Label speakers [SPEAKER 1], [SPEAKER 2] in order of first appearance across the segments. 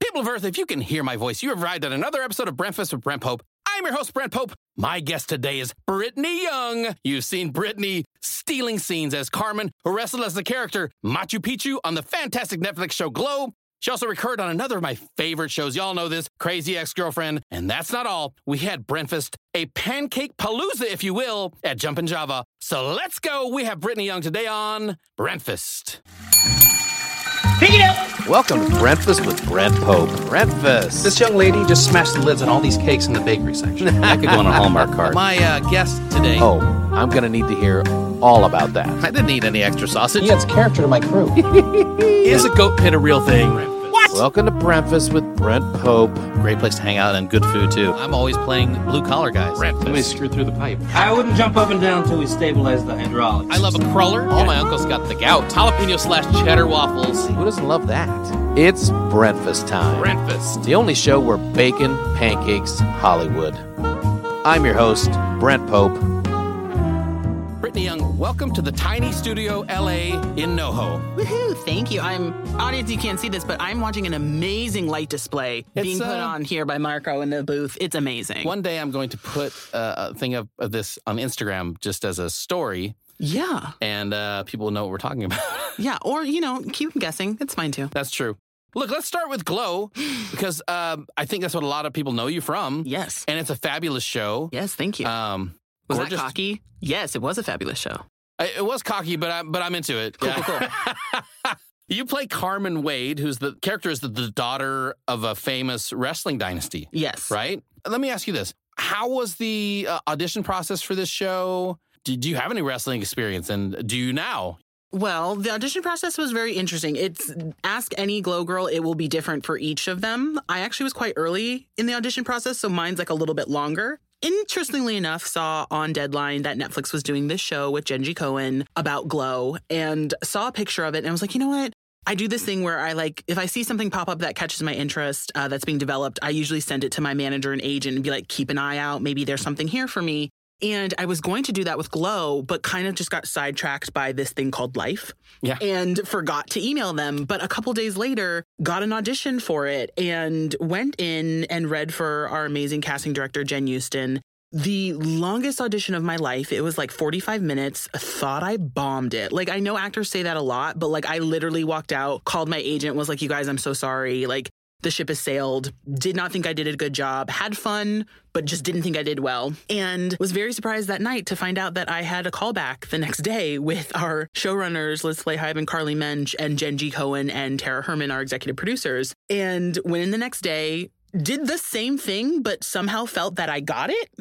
[SPEAKER 1] people of Earth, if you can hear my voice, you have arrived at another episode of Breakfast with Brent Pope. I'm your host, Brent Pope. My guest today is Brittany Young. You've seen Brittany stealing scenes as Carmen, who wrestled as the character Machu Picchu on the fantastic Netflix show Glow. She also recurred on another of my favorite shows. Y'all know this, Crazy Ex-Girlfriend. And that's not all. We had breakfast, a pancake palooza, if you will, at Jumpin' Java. So let's go. We have Brittany Young today on Breakfast.
[SPEAKER 2] Pick it up!
[SPEAKER 3] Welcome to Breakfast with Brent Pope. Breakfast.
[SPEAKER 4] This young lady just smashed the lids on all these cakes in the bakery section. That could go on a Hallmark card.
[SPEAKER 2] My uh, guest today.
[SPEAKER 3] oh, I'm gonna need to hear all about that.
[SPEAKER 2] I didn't need any extra sausage.
[SPEAKER 4] He adds character to my crew.
[SPEAKER 2] Is a goat pit a real thing? What?
[SPEAKER 3] Welcome to Breakfast with Brent Pope.
[SPEAKER 2] Great place to hang out and good food too. I'm always playing blue collar guys.
[SPEAKER 4] Somebody screwed through the pipe.
[SPEAKER 5] I wouldn't jump up and down until we stabilize the hydraulics.
[SPEAKER 2] I love a cruller. All my uncles got the gout. Jalapeno slash cheddar waffles.
[SPEAKER 3] Who doesn't love that? It's breakfast time.
[SPEAKER 2] Breakfast.
[SPEAKER 3] The only show where bacon, pancakes, Hollywood. I'm your host, Brent Pope.
[SPEAKER 1] Brittany Young, welcome to the tiny studio LA in NoHo.
[SPEAKER 6] Woohoo! Thank you. I'm audience. You can't see this, but I'm watching an amazing light display being put
[SPEAKER 1] uh,
[SPEAKER 6] on here by Marco in the booth. It's amazing.
[SPEAKER 1] One day I'm going to put uh, a thing of, of this on Instagram just as a story,
[SPEAKER 6] Yeah,
[SPEAKER 1] and uh, people will know what we're talking about.
[SPEAKER 6] yeah. Or you know, keep guessing. It's fine too.
[SPEAKER 1] that's true. Look, let's start with Glow because um, I think that's what a lot of people know you from,
[SPEAKER 6] Yes.
[SPEAKER 1] and it's a fabulous show.
[SPEAKER 6] Yes. Thank you.
[SPEAKER 1] Um,
[SPEAKER 6] was that
[SPEAKER 1] gorgeous-
[SPEAKER 6] cocky? Yes, it was a fabulous show.
[SPEAKER 1] I- It was cocky, but I, but I'm into it. cool. you play Carmen Wade, who's the character is the, the daughter of a famous wrestling dynasty.
[SPEAKER 6] Yes.
[SPEAKER 1] right? Let me ask you this: How was the uh, audition process for this show? Did you have any wrestling experience, and do you now?
[SPEAKER 6] Well, the audition process was very interesting. It's ask any glow girl, it will be different for each of them. I actually was quite early in the audition process, so mine's like a little bit longer. Interestingly enough, saw on Deadline that Netflix was doing this show with Genji Cohen about glow and saw a picture of it and was like, you know what? I do this thing where I like, if I see something pop up that catches my interest uh, that's being developed, I usually send it to my manager and agent and be like, keep an eye out. Maybe there's something here for me. And I was going to do that with Glow, but kind of just got sidetracked by this thing called life
[SPEAKER 1] Yeah.
[SPEAKER 6] and forgot to email them. But a couple days later, got an audition for it and went in and read for our amazing casting director, Jen Houston. The longest audition of my life. It was like 45 minutes. Thought I bombed it. Like, I know actors say that a lot, but like, I literally walked out, called my agent, was like, you guys, I'm so sorry. Like, the ship has sailed. Did not think I did a good job. Had fun, but just didn't think I did well. And was very surprised that night to find out that I had a callback the next day with our showrunners, Liz Flaheim and Carly Mensch, and Jen G. Cohen and Tara Herman, our executive producers. And went in the next day, did the same thing, but somehow felt that I got it.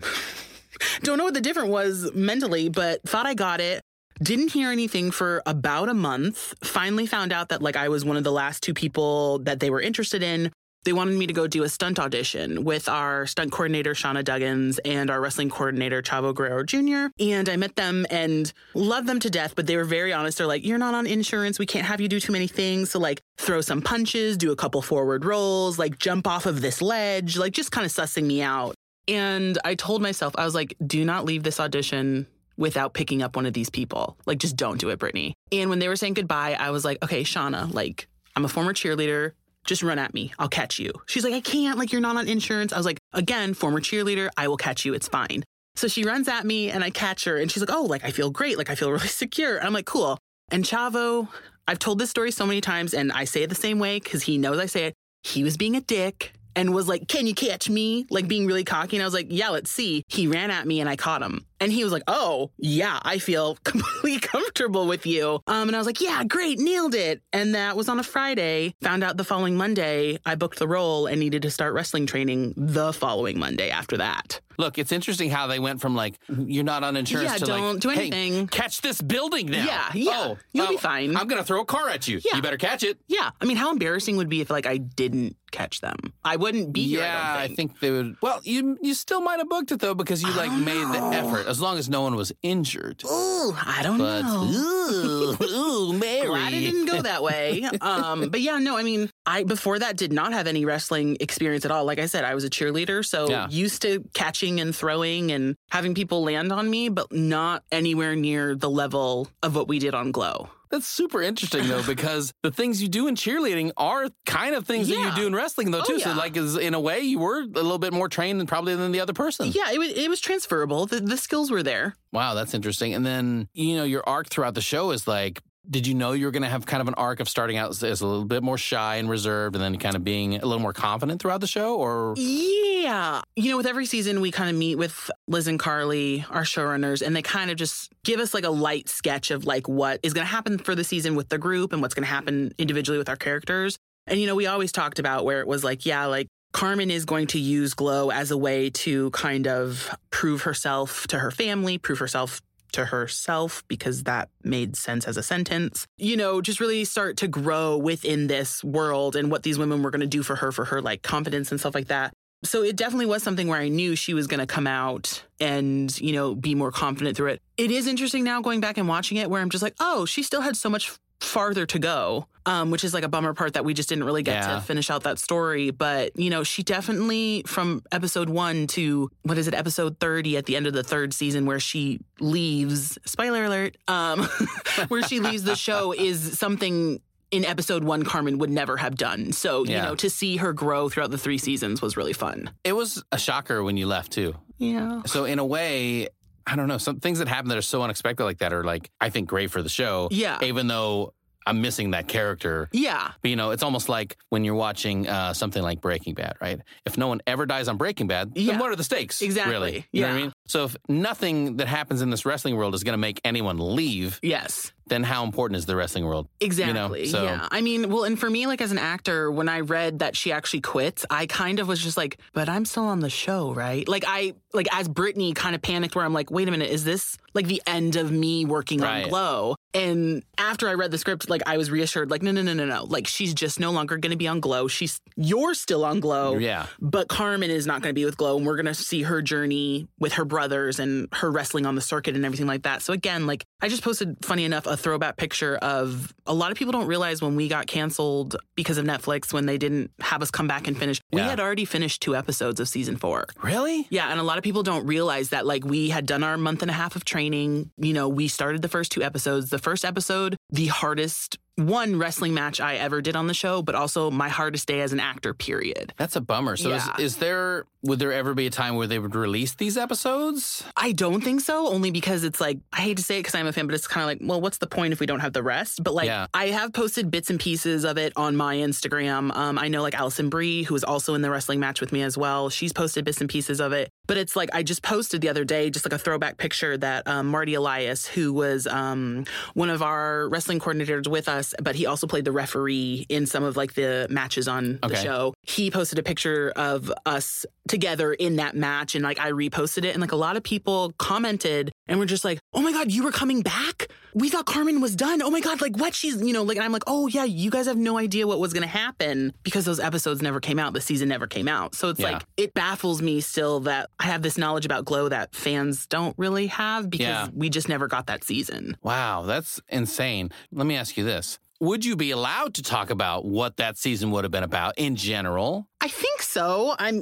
[SPEAKER 6] Don't know what the difference was mentally, but thought I got it. Didn't hear anything for about a month. Finally found out that like I was one of the last two people that they were interested in. They wanted me to go do a stunt audition with our stunt coordinator Shauna Duggins and our wrestling coordinator Chavo Guerrero Jr. And I met them and loved them to death, but they were very honest. They're like, "You're not on insurance. We can't have you do too many things. So like, throw some punches, do a couple forward rolls, like jump off of this ledge, like just kind of sussing me out." And I told myself, I was like, do not leave this audition without picking up one of these people. Like, just don't do it, Brittany. And when they were saying goodbye, I was like, okay, Shauna, like, I'm a former cheerleader. Just run at me. I'll catch you. She's like, I can't. Like, you're not on insurance. I was like, again, former cheerleader. I will catch you. It's fine. So she runs at me and I catch her and she's like, oh, like, I feel great. Like, I feel really secure. And I'm like, cool. And Chavo, I've told this story so many times and I say it the same way because he knows I say it. He was being a dick and was like, Can you catch me? Like being really cocky. And I was like, Yeah, let's see. He ran at me and I caught him. And he was like, Oh, yeah, I feel completely comfortable with you. Um, and I was like, Yeah, great, nailed it. And that was on a Friday. Found out the following Monday, I booked the role and needed to start wrestling training the following Monday after that.
[SPEAKER 1] Look, it's interesting how they went from like you're not on insurance
[SPEAKER 6] Yeah,
[SPEAKER 1] to like
[SPEAKER 6] don't do
[SPEAKER 1] "Hey,
[SPEAKER 6] anything."
[SPEAKER 1] catch this building now.
[SPEAKER 6] Yeah, yeah,
[SPEAKER 1] Oh,
[SPEAKER 6] you'll be
[SPEAKER 1] oh,
[SPEAKER 6] fine.
[SPEAKER 1] I'm gonna throw a car at you.
[SPEAKER 6] Yeah.
[SPEAKER 1] You better catch it.
[SPEAKER 6] Yeah. I mean, how embarrassing would it be if like I didn't catch them? I wouldn't be here.
[SPEAKER 1] yeah,
[SPEAKER 6] I,
[SPEAKER 1] I
[SPEAKER 6] don't think.
[SPEAKER 1] think they would. Well, you you still might have booked it though because you like
[SPEAKER 6] don't
[SPEAKER 1] made
[SPEAKER 6] know.
[SPEAKER 1] the effort. As long as no one was injured.
[SPEAKER 6] Ooh, I don't
[SPEAKER 1] But
[SPEAKER 6] know.
[SPEAKER 1] ooh, ooh, Mary.
[SPEAKER 6] Glad it didn't go that way. Um, but yeah, no, I mean, I before that did not have any wrestling experience at all. Like I said, I was a cheerleader, so
[SPEAKER 1] Yeah.
[SPEAKER 6] used to catching and throwing and having people land on me, but not anywhere near the level of what we did on Glow.
[SPEAKER 1] That's super interesting though, because the things you do in cheerleading are kind of things that
[SPEAKER 6] Yeah.
[SPEAKER 1] you do in wrestling though
[SPEAKER 6] Oh,
[SPEAKER 1] too. So
[SPEAKER 6] yeah.
[SPEAKER 1] like, is in a way you were a little bit more trained than probably than the other person.
[SPEAKER 6] Yeah, it was, it was transferable. The, the skills were there.
[SPEAKER 1] Wow, that's interesting. And then you know your arc throughout the show is like. Did you know you were going to have kind of an arc of starting out as, as a little bit more shy and reserved, and then kind of being a little more confident throughout the show? Or
[SPEAKER 6] Yeah. You know, with every season, we kind of meet with Liz and Carly, our showrunners, and they kind of just give us like a light sketch of like what is going to happen for the season with the group and what's going to happen individually with our characters. And, you know, we always talked about where it was like, yeah, like Carmen is going to use Glow as a way to kind of prove herself to her family, prove herself to herself because that made sense as a sentence. You know, just really start to grow within this world and what these women were going to do for her, for her like confidence and stuff like that. So it definitely was something where I knew she was going to come out and, you know, be more confident through it. It is interesting now going back and watching it where I'm just like, oh, she still had so much farther to go, um, which is like a bummer part that we just didn't really get
[SPEAKER 1] Yeah.
[SPEAKER 6] to finish out that story. But, you know, she definitely from episode one to what is it, episode 30 at the end of the third season where she leaves, spoiler alert, um, where she leaves the show is something in episode one Carmen would never have done. So, you
[SPEAKER 1] Yeah.
[SPEAKER 6] know, to see her grow throughout the three seasons was really fun.
[SPEAKER 1] it was a shocker when you left too.
[SPEAKER 6] Yeah.
[SPEAKER 1] So in a way, I don't know. Some things that happen that are so unexpected like that are like I think great for the show.
[SPEAKER 6] Yeah.
[SPEAKER 1] Even though I'm missing that character.
[SPEAKER 6] Yeah.
[SPEAKER 1] But you know, it's almost like when you're watching uh, something like Breaking Bad, right? If no one ever dies on Breaking Bad,
[SPEAKER 6] Yeah.
[SPEAKER 1] then what are the stakes?
[SPEAKER 6] Exactly.
[SPEAKER 1] Really? You know what I
[SPEAKER 6] Yeah.
[SPEAKER 1] mean? So if nothing that happens in this wrestling world is going to make anyone leave,
[SPEAKER 6] Yes.
[SPEAKER 1] then how important is the wrestling world?
[SPEAKER 6] Exactly.
[SPEAKER 1] so-
[SPEAKER 6] Yeah. I mean, well, and for me, like as an actor, when I read that she actually quits, I kind of was just like, but I'm still on the show, right? Like I like as Brittany kind of panicked where I'm like, wait a minute, is this like the end of me working
[SPEAKER 1] Right.
[SPEAKER 6] on Glow? And after I read the script, like I was reassured, like, no, no, no, no, no. Like she's just no longer gonna be on Glow. She's you're still on Glow.
[SPEAKER 1] Yeah.
[SPEAKER 6] But Carmen is not going to be with Glow, and we're going to see her journey with her brothers and her wrestling on the circuit and everything like that. So, again, like I just posted, funny enough, a throwback picture of a lot of people don't realize when we got canceled because of Netflix, when they didn't have us come back and finish, we
[SPEAKER 1] Yeah.
[SPEAKER 6] had already finished two episodes of season four.
[SPEAKER 1] Really?
[SPEAKER 6] Yeah, and a lot of people don't realize that like we had done our month and a half of training. You know, we started the first two episodes. The first episode, the hardest one wrestling match I ever did on the show, but also my hardest day as an actor, period.
[SPEAKER 1] That's a bummer. So
[SPEAKER 6] Yeah.
[SPEAKER 1] is, is there would there ever be a time where they would release these episodes?
[SPEAKER 6] I don't think so, only because it's like, I hate to say it because I'm a fan, but it's kind of like, well, what's the point if we don't have the rest? But like,
[SPEAKER 1] Yeah.
[SPEAKER 6] I have posted bits and pieces of it on my Instagram. Um, I know like Allison Brie, who is also in the wrestling match with me as well, she's posted bits and pieces of it. But it's like, I just posted the other day, just like a throwback picture that um, Marty Elias, who was um, one of our wrestling coordinators with us, but he also played the referee in some of like the matches on the
[SPEAKER 1] Okay.
[SPEAKER 6] show show, he posted a picture of us together in that match and like I reposted it and like a lot of people commented and were just like, "Oh my god, you were coming back? We thought Carmen was done. Oh my god, like what she's, you know, like and I'm like, "Oh yeah, you guys have no idea what was going to happen because those episodes never came out. The season never came out." So it's
[SPEAKER 1] Yeah.
[SPEAKER 6] like it baffles me still that I have this knowledge about Glow that fans don't really have because
[SPEAKER 1] Yeah.
[SPEAKER 6] we just never got that season.
[SPEAKER 1] Wow, that's insane. Let me ask you this. Would you be allowed to talk about what that season would have been about in general?
[SPEAKER 6] I think so. I'm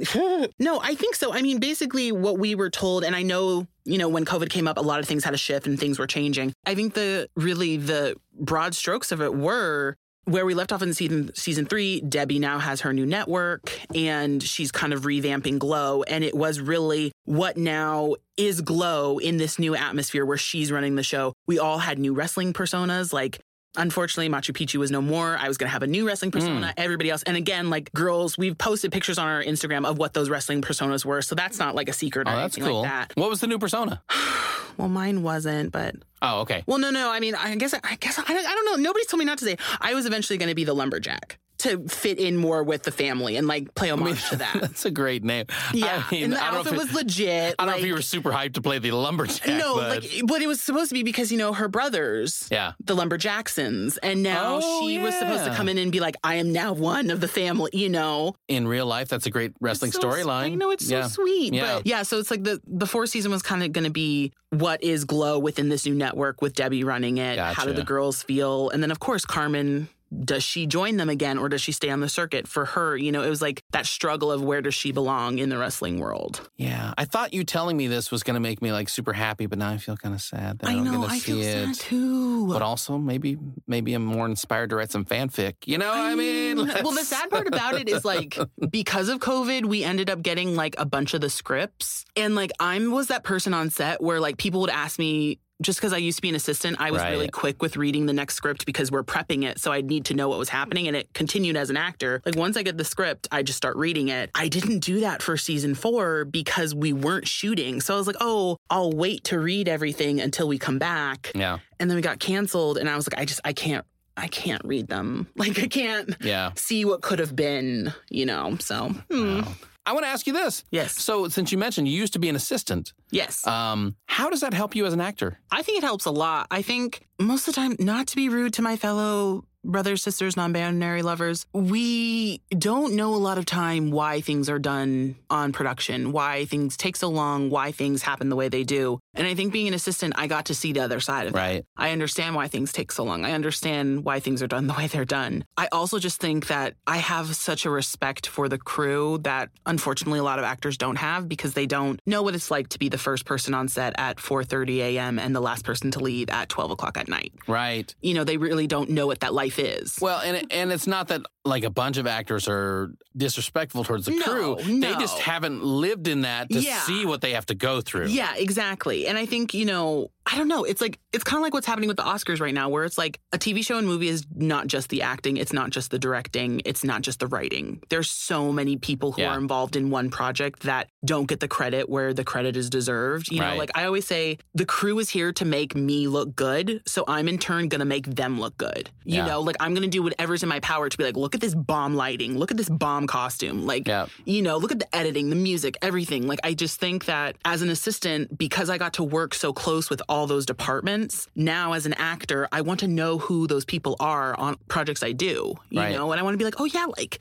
[SPEAKER 6] no, I think so. I mean, basically, what we were told, and I know, you know, when COVID came up, a lot of things had to shift and things were changing. I think the really the broad strokes of it were where we left off in season season three. Debbie now has her new network, and she's kind of revamping Glow, and it was really what now is Glow in this new atmosphere where she's running the show. We all had new wrestling personas, like unfortunately machu picchu was no more i was going to have a new wrestling
[SPEAKER 1] Mm.
[SPEAKER 6] persona everybody else and again like girls we've posted pictures on our instagram of what those wrestling personas were so that's not like a secret or
[SPEAKER 1] Oh, that's
[SPEAKER 6] anything
[SPEAKER 1] cool.
[SPEAKER 6] like
[SPEAKER 1] What was the new persona?
[SPEAKER 6] that well mine wasn't but
[SPEAKER 1] Oh, okay.
[SPEAKER 6] well no no i mean i guess i guess i don't, I don't know nobody's told me not to say i was eventually going to be the lumberjack to fit in more with the family and like play homage to that
[SPEAKER 1] That's a great name.
[SPEAKER 6] yeah
[SPEAKER 1] I mean,
[SPEAKER 6] and the
[SPEAKER 1] I don't know
[SPEAKER 6] outfit
[SPEAKER 1] if it-
[SPEAKER 6] was legit
[SPEAKER 1] I don't know
[SPEAKER 6] like-
[SPEAKER 1] if you were super hyped to play the lumberjack.
[SPEAKER 6] no
[SPEAKER 1] but
[SPEAKER 6] like but it was supposed to be because you know her brothers
[SPEAKER 1] yeah.
[SPEAKER 6] the Lumberjacksons. And now
[SPEAKER 1] Oh,
[SPEAKER 6] she was supposed to
[SPEAKER 1] yeah.
[SPEAKER 6] come in and be like, I am now one of the family, you know?
[SPEAKER 1] In real life, that's a great wrestling
[SPEAKER 6] It's so-
[SPEAKER 1] storyline.
[SPEAKER 6] I know it's
[SPEAKER 1] Yeah.
[SPEAKER 6] so sweet.
[SPEAKER 1] Yeah.
[SPEAKER 6] But yeah, so it's like the the fourth season was kind of going to be what is Glow within this new network with Debbie running it? How do
[SPEAKER 1] Gotcha.
[SPEAKER 6] the girls feel? And then, of course, Carmen does she join them again or does she stay on the circuit? For her, you know, it was like that struggle of where does she belong in the wrestling world.
[SPEAKER 1] Yeah, I thought you telling me this was going to make me like super happy, but now I feel kind of sad that I,
[SPEAKER 6] I
[SPEAKER 1] don't
[SPEAKER 6] know,
[SPEAKER 1] get to
[SPEAKER 6] I
[SPEAKER 1] see
[SPEAKER 6] feel
[SPEAKER 1] it.
[SPEAKER 6] sad too.
[SPEAKER 1] But also, maybe maybe I'm more inspired to write some fanfic. You know, what I mean,
[SPEAKER 6] well, the
[SPEAKER 1] Let's-
[SPEAKER 6] sad part about it is like because of COVID, we ended up getting like a bunch of the scripts. And like I was that person on set where like people would ask me just because I used to be an assistant, I was really
[SPEAKER 1] Right.
[SPEAKER 6] quick with reading the next script because we're prepping it. So I'd need to know what was happening. And it continued as an actor. Like once I get the script, I just start reading it. I didn't do that for season four because we weren't shooting. So I was like, oh, I'll wait to read everything until we come back
[SPEAKER 1] yeah,
[SPEAKER 6] and then we got canceled and i was like i just i can't i can't read them like i can't
[SPEAKER 1] yeah.
[SPEAKER 6] see what could have been you know so hmm.
[SPEAKER 1] Wow. I want to ask you this.
[SPEAKER 6] yes
[SPEAKER 1] So, since you mentioned you used to be an assistant,
[SPEAKER 6] yes
[SPEAKER 1] um, how does that help you as an actor?
[SPEAKER 6] i think it helps a lot i think most of the time not to be rude to my fellow brothers sisters non-binary lovers we don't know a lot of time why things are done on production why things take so long why things happen the way they do and i think being an assistant i got to see the other side of that.
[SPEAKER 1] Right.
[SPEAKER 6] I understand why things take so long. I understand why things are done the way they're done. I also just think that I have such a respect for the crew that unfortunately a lot of actors don't have because they don't know what it's like to be the first person on set at 4:30 a.m. and the last person to leave at 12 o'clock at night.
[SPEAKER 1] Right.
[SPEAKER 6] You know, they really don't know what that life is.
[SPEAKER 1] Well, and it- and it's not that like a bunch of actors are disrespectful towards the
[SPEAKER 6] No,
[SPEAKER 1] crew. They
[SPEAKER 6] no.
[SPEAKER 1] just haven't lived in that to
[SPEAKER 6] Yeah.
[SPEAKER 1] see what they have to go through.
[SPEAKER 6] Yeah, exactly. And I think, you know, I don't know. It's like, it's kind of like what's happening with the Oscars right now, where it's like a TV show and movie is not just the acting, it's not just the directing, it's not just the writing. There's so many people who
[SPEAKER 1] Yeah.
[SPEAKER 6] are involved in one project that don't get the credit where the credit is deserved. You know,
[SPEAKER 1] Right.
[SPEAKER 6] like I always say, the crew is here to make me look good. So I'm in turn going to make them look good. You
[SPEAKER 1] Yeah.
[SPEAKER 6] know, like I'm going to do whatever's in my power to be like, look at this bomb lighting, look at this bomb costume. Like,
[SPEAKER 1] Yeah.
[SPEAKER 6] you know, look at the editing, the music, everything. Like, I just think that as an assistant, because I got to work so close with all those departments, now as an actor, I want to know who those people are on projects I do, you
[SPEAKER 1] Right.
[SPEAKER 6] know, and I want to be like, oh, yeah, like,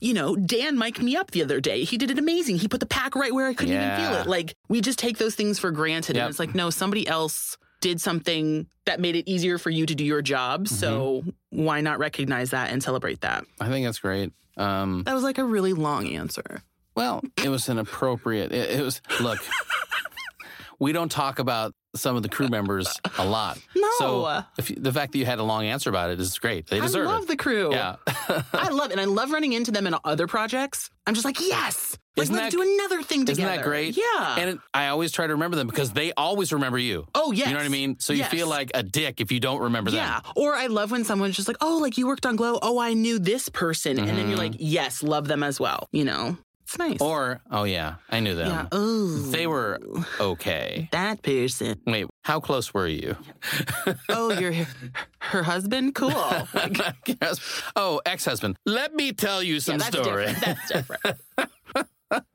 [SPEAKER 6] you know, Dan mic'd me up the other day. He did it amazing. He put the pack right where I couldn't even feel
[SPEAKER 1] Yeah.
[SPEAKER 6] it. Like, we just take those things for granted.
[SPEAKER 1] Yep.
[SPEAKER 6] And it's like, no, somebody else did something that made it easier for you to do your job. So
[SPEAKER 1] Mm-hmm.
[SPEAKER 6] why not recognize that and celebrate that?
[SPEAKER 1] I think that's great. Um,
[SPEAKER 6] That was like a really long answer.
[SPEAKER 1] well, it was an appropriate. It, it was look. we don't talk about some of the crew members a lot.
[SPEAKER 6] No.
[SPEAKER 1] So if you, the fact that you had a long answer about it is great. They deserve
[SPEAKER 6] I love
[SPEAKER 1] it.
[SPEAKER 6] the crew.
[SPEAKER 1] Yeah.
[SPEAKER 6] I love it. And I love running into them in other projects. I'm just like, yes. Like,
[SPEAKER 1] Isn't
[SPEAKER 6] let's
[SPEAKER 1] that-
[SPEAKER 6] do another thing
[SPEAKER 1] Isn't
[SPEAKER 6] together.
[SPEAKER 1] that great?
[SPEAKER 6] Yeah.
[SPEAKER 1] And it, I always try to remember them because they always remember you.
[SPEAKER 6] oh, yes.
[SPEAKER 1] You know what I mean? So you
[SPEAKER 6] Yes.
[SPEAKER 1] feel like a dick if you don't remember them.
[SPEAKER 6] Yeah. Or I love when someone's just like, oh, like you worked on Glow. Oh, I knew this person. And then you're like, yes, love them as well. You know, it's nice.
[SPEAKER 1] Mm-hmm. Or, oh yeah, I knew them.
[SPEAKER 6] yeah. Oh,
[SPEAKER 1] They were okay.
[SPEAKER 6] that person.
[SPEAKER 1] Wait, how close were you?
[SPEAKER 6] Oh, you're her, her husband? Cool. Yeah,
[SPEAKER 1] Yes. oh, ex husband. Let me tell you some
[SPEAKER 6] that's
[SPEAKER 1] story.
[SPEAKER 6] different. That's different.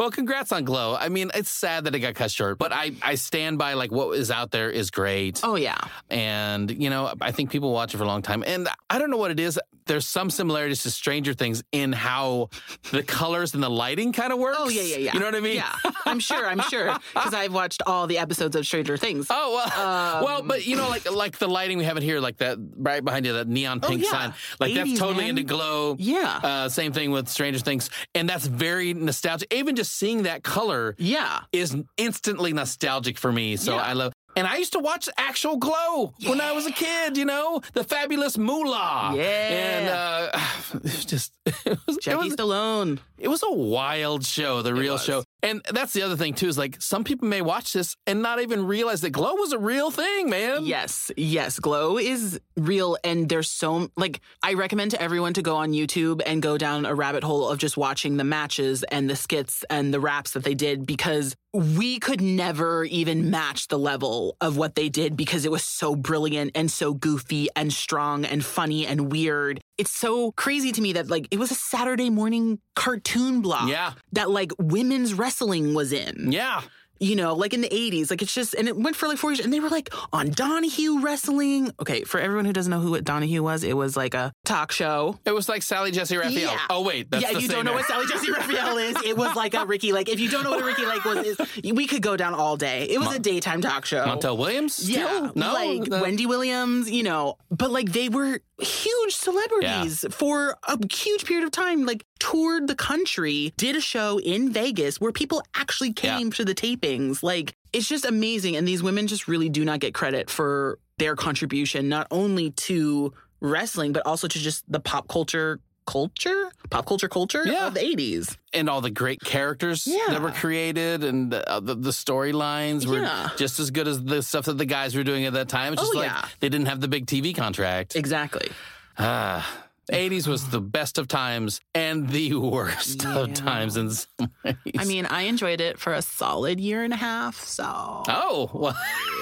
[SPEAKER 1] well, congrats on Glow. I mean, it's sad that it got cut short, but I, I stand by like what is out there is great.
[SPEAKER 6] Oh, yeah.
[SPEAKER 1] And, you know, I think people watch it for a long time. And I don't know what it is. There's some similarities to Stranger Things in how the colors and the lighting kind of works.
[SPEAKER 6] Oh, yeah, yeah, yeah.
[SPEAKER 1] You know what I mean?
[SPEAKER 6] Yeah. I'm sure. I'm sure. Because I've watched all the episodes of Stranger Things.
[SPEAKER 1] Oh well, well, but you know, like like the lighting we have in here, like that right behind you, that neon
[SPEAKER 6] Um. Oh,
[SPEAKER 1] pink
[SPEAKER 6] yeah.
[SPEAKER 1] sign, like that's
[SPEAKER 6] 80s,
[SPEAKER 1] totally
[SPEAKER 6] man.
[SPEAKER 1] into glow.
[SPEAKER 6] Yeah.
[SPEAKER 1] Uh, same thing with Stranger Things, and that's very nostalgic. Even just seeing that color
[SPEAKER 6] yeah.
[SPEAKER 1] is instantly nostalgic for me. So
[SPEAKER 6] Yeah.
[SPEAKER 1] I love. And I used to watch actual glow when I was a kid. You know, the fabulous Moolah.
[SPEAKER 6] Yeah.
[SPEAKER 1] and uh, it was just it was, it
[SPEAKER 6] Jackie
[SPEAKER 1] was
[SPEAKER 6] Stallone.
[SPEAKER 1] it was a wild show, the real
[SPEAKER 6] was.
[SPEAKER 1] show. And that's the other thing too is like some people may watch this and not even realize that Glow was a real thing, man.
[SPEAKER 6] Yes, yes, glow is real, and there's so like I recommend to everyone to go on YouTube and go down a rabbit hole of just watching the matches and the skits and the raps that they did because we could never even match the level of what they did because it was so brilliant and so goofy and strong and funny and weird. It's so crazy to me that like it was a Saturday morning cartoon block
[SPEAKER 1] Yeah.
[SPEAKER 6] that like women's wrestling was in
[SPEAKER 1] Yeah.
[SPEAKER 6] you know, like in the 80s. Like it's just, and it went for like four years. And they were like on Donahue Wrestling. Okay, for everyone who doesn't know who Donahue was, it was like a talk show.
[SPEAKER 1] It was like Sally Jesse Raphael.
[SPEAKER 6] Yeah.
[SPEAKER 1] Oh wait, that's
[SPEAKER 6] yeah,
[SPEAKER 1] the
[SPEAKER 6] you
[SPEAKER 1] same
[SPEAKER 6] don't know what
[SPEAKER 1] era.
[SPEAKER 6] Sally Jesse Raphael is. It was like a Ricky Lake. If you don't know what a Ricky Lake was, is, we could go down all day. It was a daytime talk show.
[SPEAKER 1] Montel Williams?
[SPEAKER 6] Yeah,
[SPEAKER 1] Still? No.
[SPEAKER 6] like
[SPEAKER 1] The-
[SPEAKER 6] Wendy Williams, you know, but like they were huge celebrities for a huge period of time, like toured the country, did a show in Vegas where people actually
[SPEAKER 1] Yeah.
[SPEAKER 6] came to the tapings. Like, it's just amazing. And these women just really do not get credit for their contribution, not only to wrestling, but also to just the pop culture culture, pop culture culture
[SPEAKER 1] Yeah.
[SPEAKER 6] of the 80s.
[SPEAKER 1] and all the great characters
[SPEAKER 6] Yeah.
[SPEAKER 1] that were created and the, uh, the, the storylines were
[SPEAKER 6] Yeah.
[SPEAKER 1] just as good as the stuff that the guys were doing at that time. It's
[SPEAKER 6] Oh,
[SPEAKER 1] just like
[SPEAKER 6] yeah.
[SPEAKER 1] they didn't have the big TV contract.
[SPEAKER 6] Exactly.
[SPEAKER 1] Ah. 80s was the best of times and the worst of
[SPEAKER 6] Yeah.
[SPEAKER 1] times in some ways.
[SPEAKER 6] I mean, I enjoyed it for a solid year and a half. So,
[SPEAKER 1] oh, well,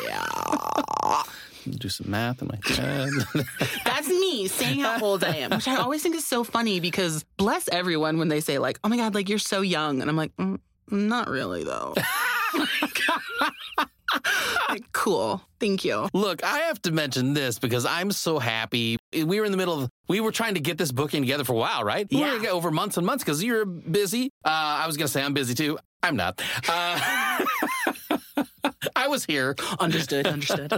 [SPEAKER 6] yeah.
[SPEAKER 1] do some math in my head.
[SPEAKER 6] That's me saying how old I am, which I always think is so funny because bless everyone when they say like, "Oh my god, like you're so young," and I'm like, mm, "Not really though." Like, cool, thank you.
[SPEAKER 1] Look, I have to mention this because I'm so happy. We were in the middle of, we were trying to get this booking together for a while, right? We were
[SPEAKER 6] Yeah.
[SPEAKER 1] gonna- over months and months because you're busy. Uh, I was going to say I'm busy too. I'm not. Uh, I was here.
[SPEAKER 6] Understood, understood.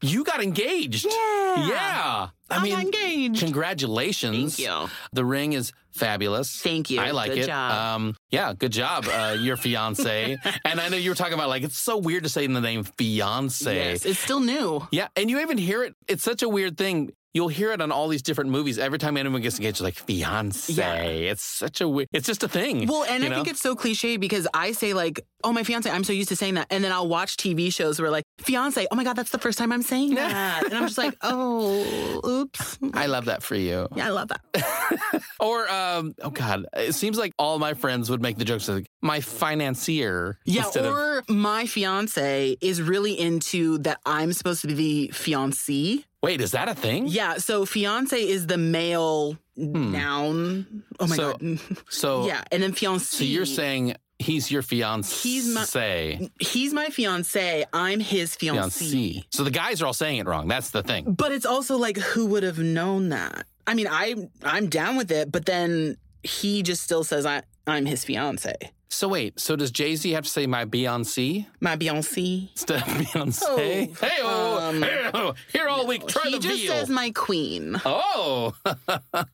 [SPEAKER 1] You got engaged.
[SPEAKER 6] Yeah,
[SPEAKER 1] Yeah. I,
[SPEAKER 6] I,
[SPEAKER 1] mean,
[SPEAKER 6] got engaged.
[SPEAKER 1] congratulations.
[SPEAKER 6] Thank you.
[SPEAKER 1] The ring is fabulous.
[SPEAKER 6] Thank you.
[SPEAKER 1] I like
[SPEAKER 6] Good
[SPEAKER 1] it.
[SPEAKER 6] Job.
[SPEAKER 1] Um, yeah, good job, uh, your fiance. and I know you were talking about like it's so weird to say the name fiance.
[SPEAKER 6] yes, it's still new.
[SPEAKER 1] Yeah, and you even hear it. It's such a weird thing. You'll hear it on all these different movies. Every time anyone gets engaged, it's like fiance.
[SPEAKER 6] Yeah.
[SPEAKER 1] It's such a weird. It's just a thing.
[SPEAKER 6] Well, and
[SPEAKER 1] you
[SPEAKER 6] I think
[SPEAKER 1] know?
[SPEAKER 6] it's so cliche because I say like, "Oh, my fiance," I'm so used to saying that, and then I'll watch TV shows where like, "Fiance," oh my god, that's the first time I'm saying that, and I'm just like, "Oh, oops."
[SPEAKER 1] I love that for you.
[SPEAKER 6] yeah, I love that.
[SPEAKER 1] Or um, oh god, it seems like all my friends would make the jokes like my financier.
[SPEAKER 6] Yeah,
[SPEAKER 1] instead of-
[SPEAKER 6] or my fiance is really into that I'm supposed to be the fiancee.
[SPEAKER 1] wait, is that a thing?
[SPEAKER 6] Yeah, so fiance is the male
[SPEAKER 1] Hmm.
[SPEAKER 6] noun. Oh my
[SPEAKER 1] So-
[SPEAKER 6] god.
[SPEAKER 1] So
[SPEAKER 6] yeah, and then fiancee.
[SPEAKER 1] So you're saying he's your fiance?
[SPEAKER 6] He's my- he's my fiance, I'm his fiancee.
[SPEAKER 1] fiance. So the guys are all saying it wrong. That's the thing.
[SPEAKER 6] But it's also like who would have known that? I mean, I I'm down with it, but then he just still says I I'm his fiance.
[SPEAKER 1] So wait. So does Jay Z have to say my Beyonce?
[SPEAKER 6] My fiancee.
[SPEAKER 1] Steph Beyonce.
[SPEAKER 6] Oh,
[SPEAKER 1] hey, oh,
[SPEAKER 6] um,
[SPEAKER 1] here all week. Try
[SPEAKER 6] he
[SPEAKER 1] the
[SPEAKER 6] just
[SPEAKER 1] veal.
[SPEAKER 6] says my queen.
[SPEAKER 1] oh,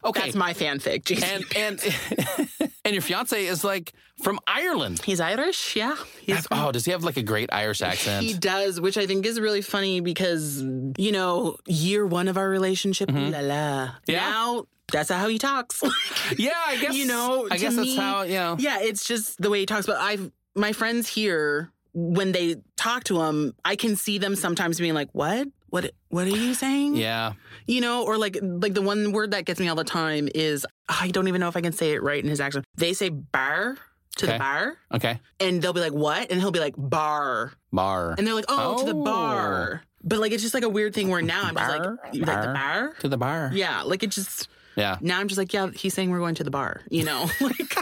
[SPEAKER 1] okay.
[SPEAKER 6] That's my fanfic, JC.
[SPEAKER 1] and and and your fiance is like from Ireland.
[SPEAKER 6] He's Irish, yeah. He's
[SPEAKER 1] That's- oh, does he have like a great Irish accent?
[SPEAKER 6] He does, which I think is really funny because, you know, year one of our relationship, la la.
[SPEAKER 1] Mm-hmm. Yeah.
[SPEAKER 6] Now, that's how he talks.
[SPEAKER 1] yeah, I guess
[SPEAKER 6] you know,
[SPEAKER 1] I
[SPEAKER 6] to
[SPEAKER 1] guess
[SPEAKER 6] me-
[SPEAKER 1] that's how you know.
[SPEAKER 6] yeah, it's just the way he talks. But I've, my friends here, when they talk to him, I can see them sometimes being like, what? What, what are you saying?
[SPEAKER 1] Yeah.
[SPEAKER 6] You know, or like like the one word that gets me all the time is I don't even know if I can say it right in his accent. They say bar to
[SPEAKER 1] Okay.
[SPEAKER 6] the bar
[SPEAKER 1] Okay.
[SPEAKER 6] and they'll be like, What? And he'll be like, bar.
[SPEAKER 1] Bar
[SPEAKER 6] And they're like, oh, to the
[SPEAKER 1] Oh.
[SPEAKER 6] bar. But like, it's just like a weird thing where now I'm just like,
[SPEAKER 1] Bar?
[SPEAKER 6] like the
[SPEAKER 1] Bar?
[SPEAKER 6] bar.
[SPEAKER 1] to the bar.
[SPEAKER 6] Yeah, like it just
[SPEAKER 1] Yeah.
[SPEAKER 6] now I'm just like, yeah, he's saying we're going to the bar. You know, like,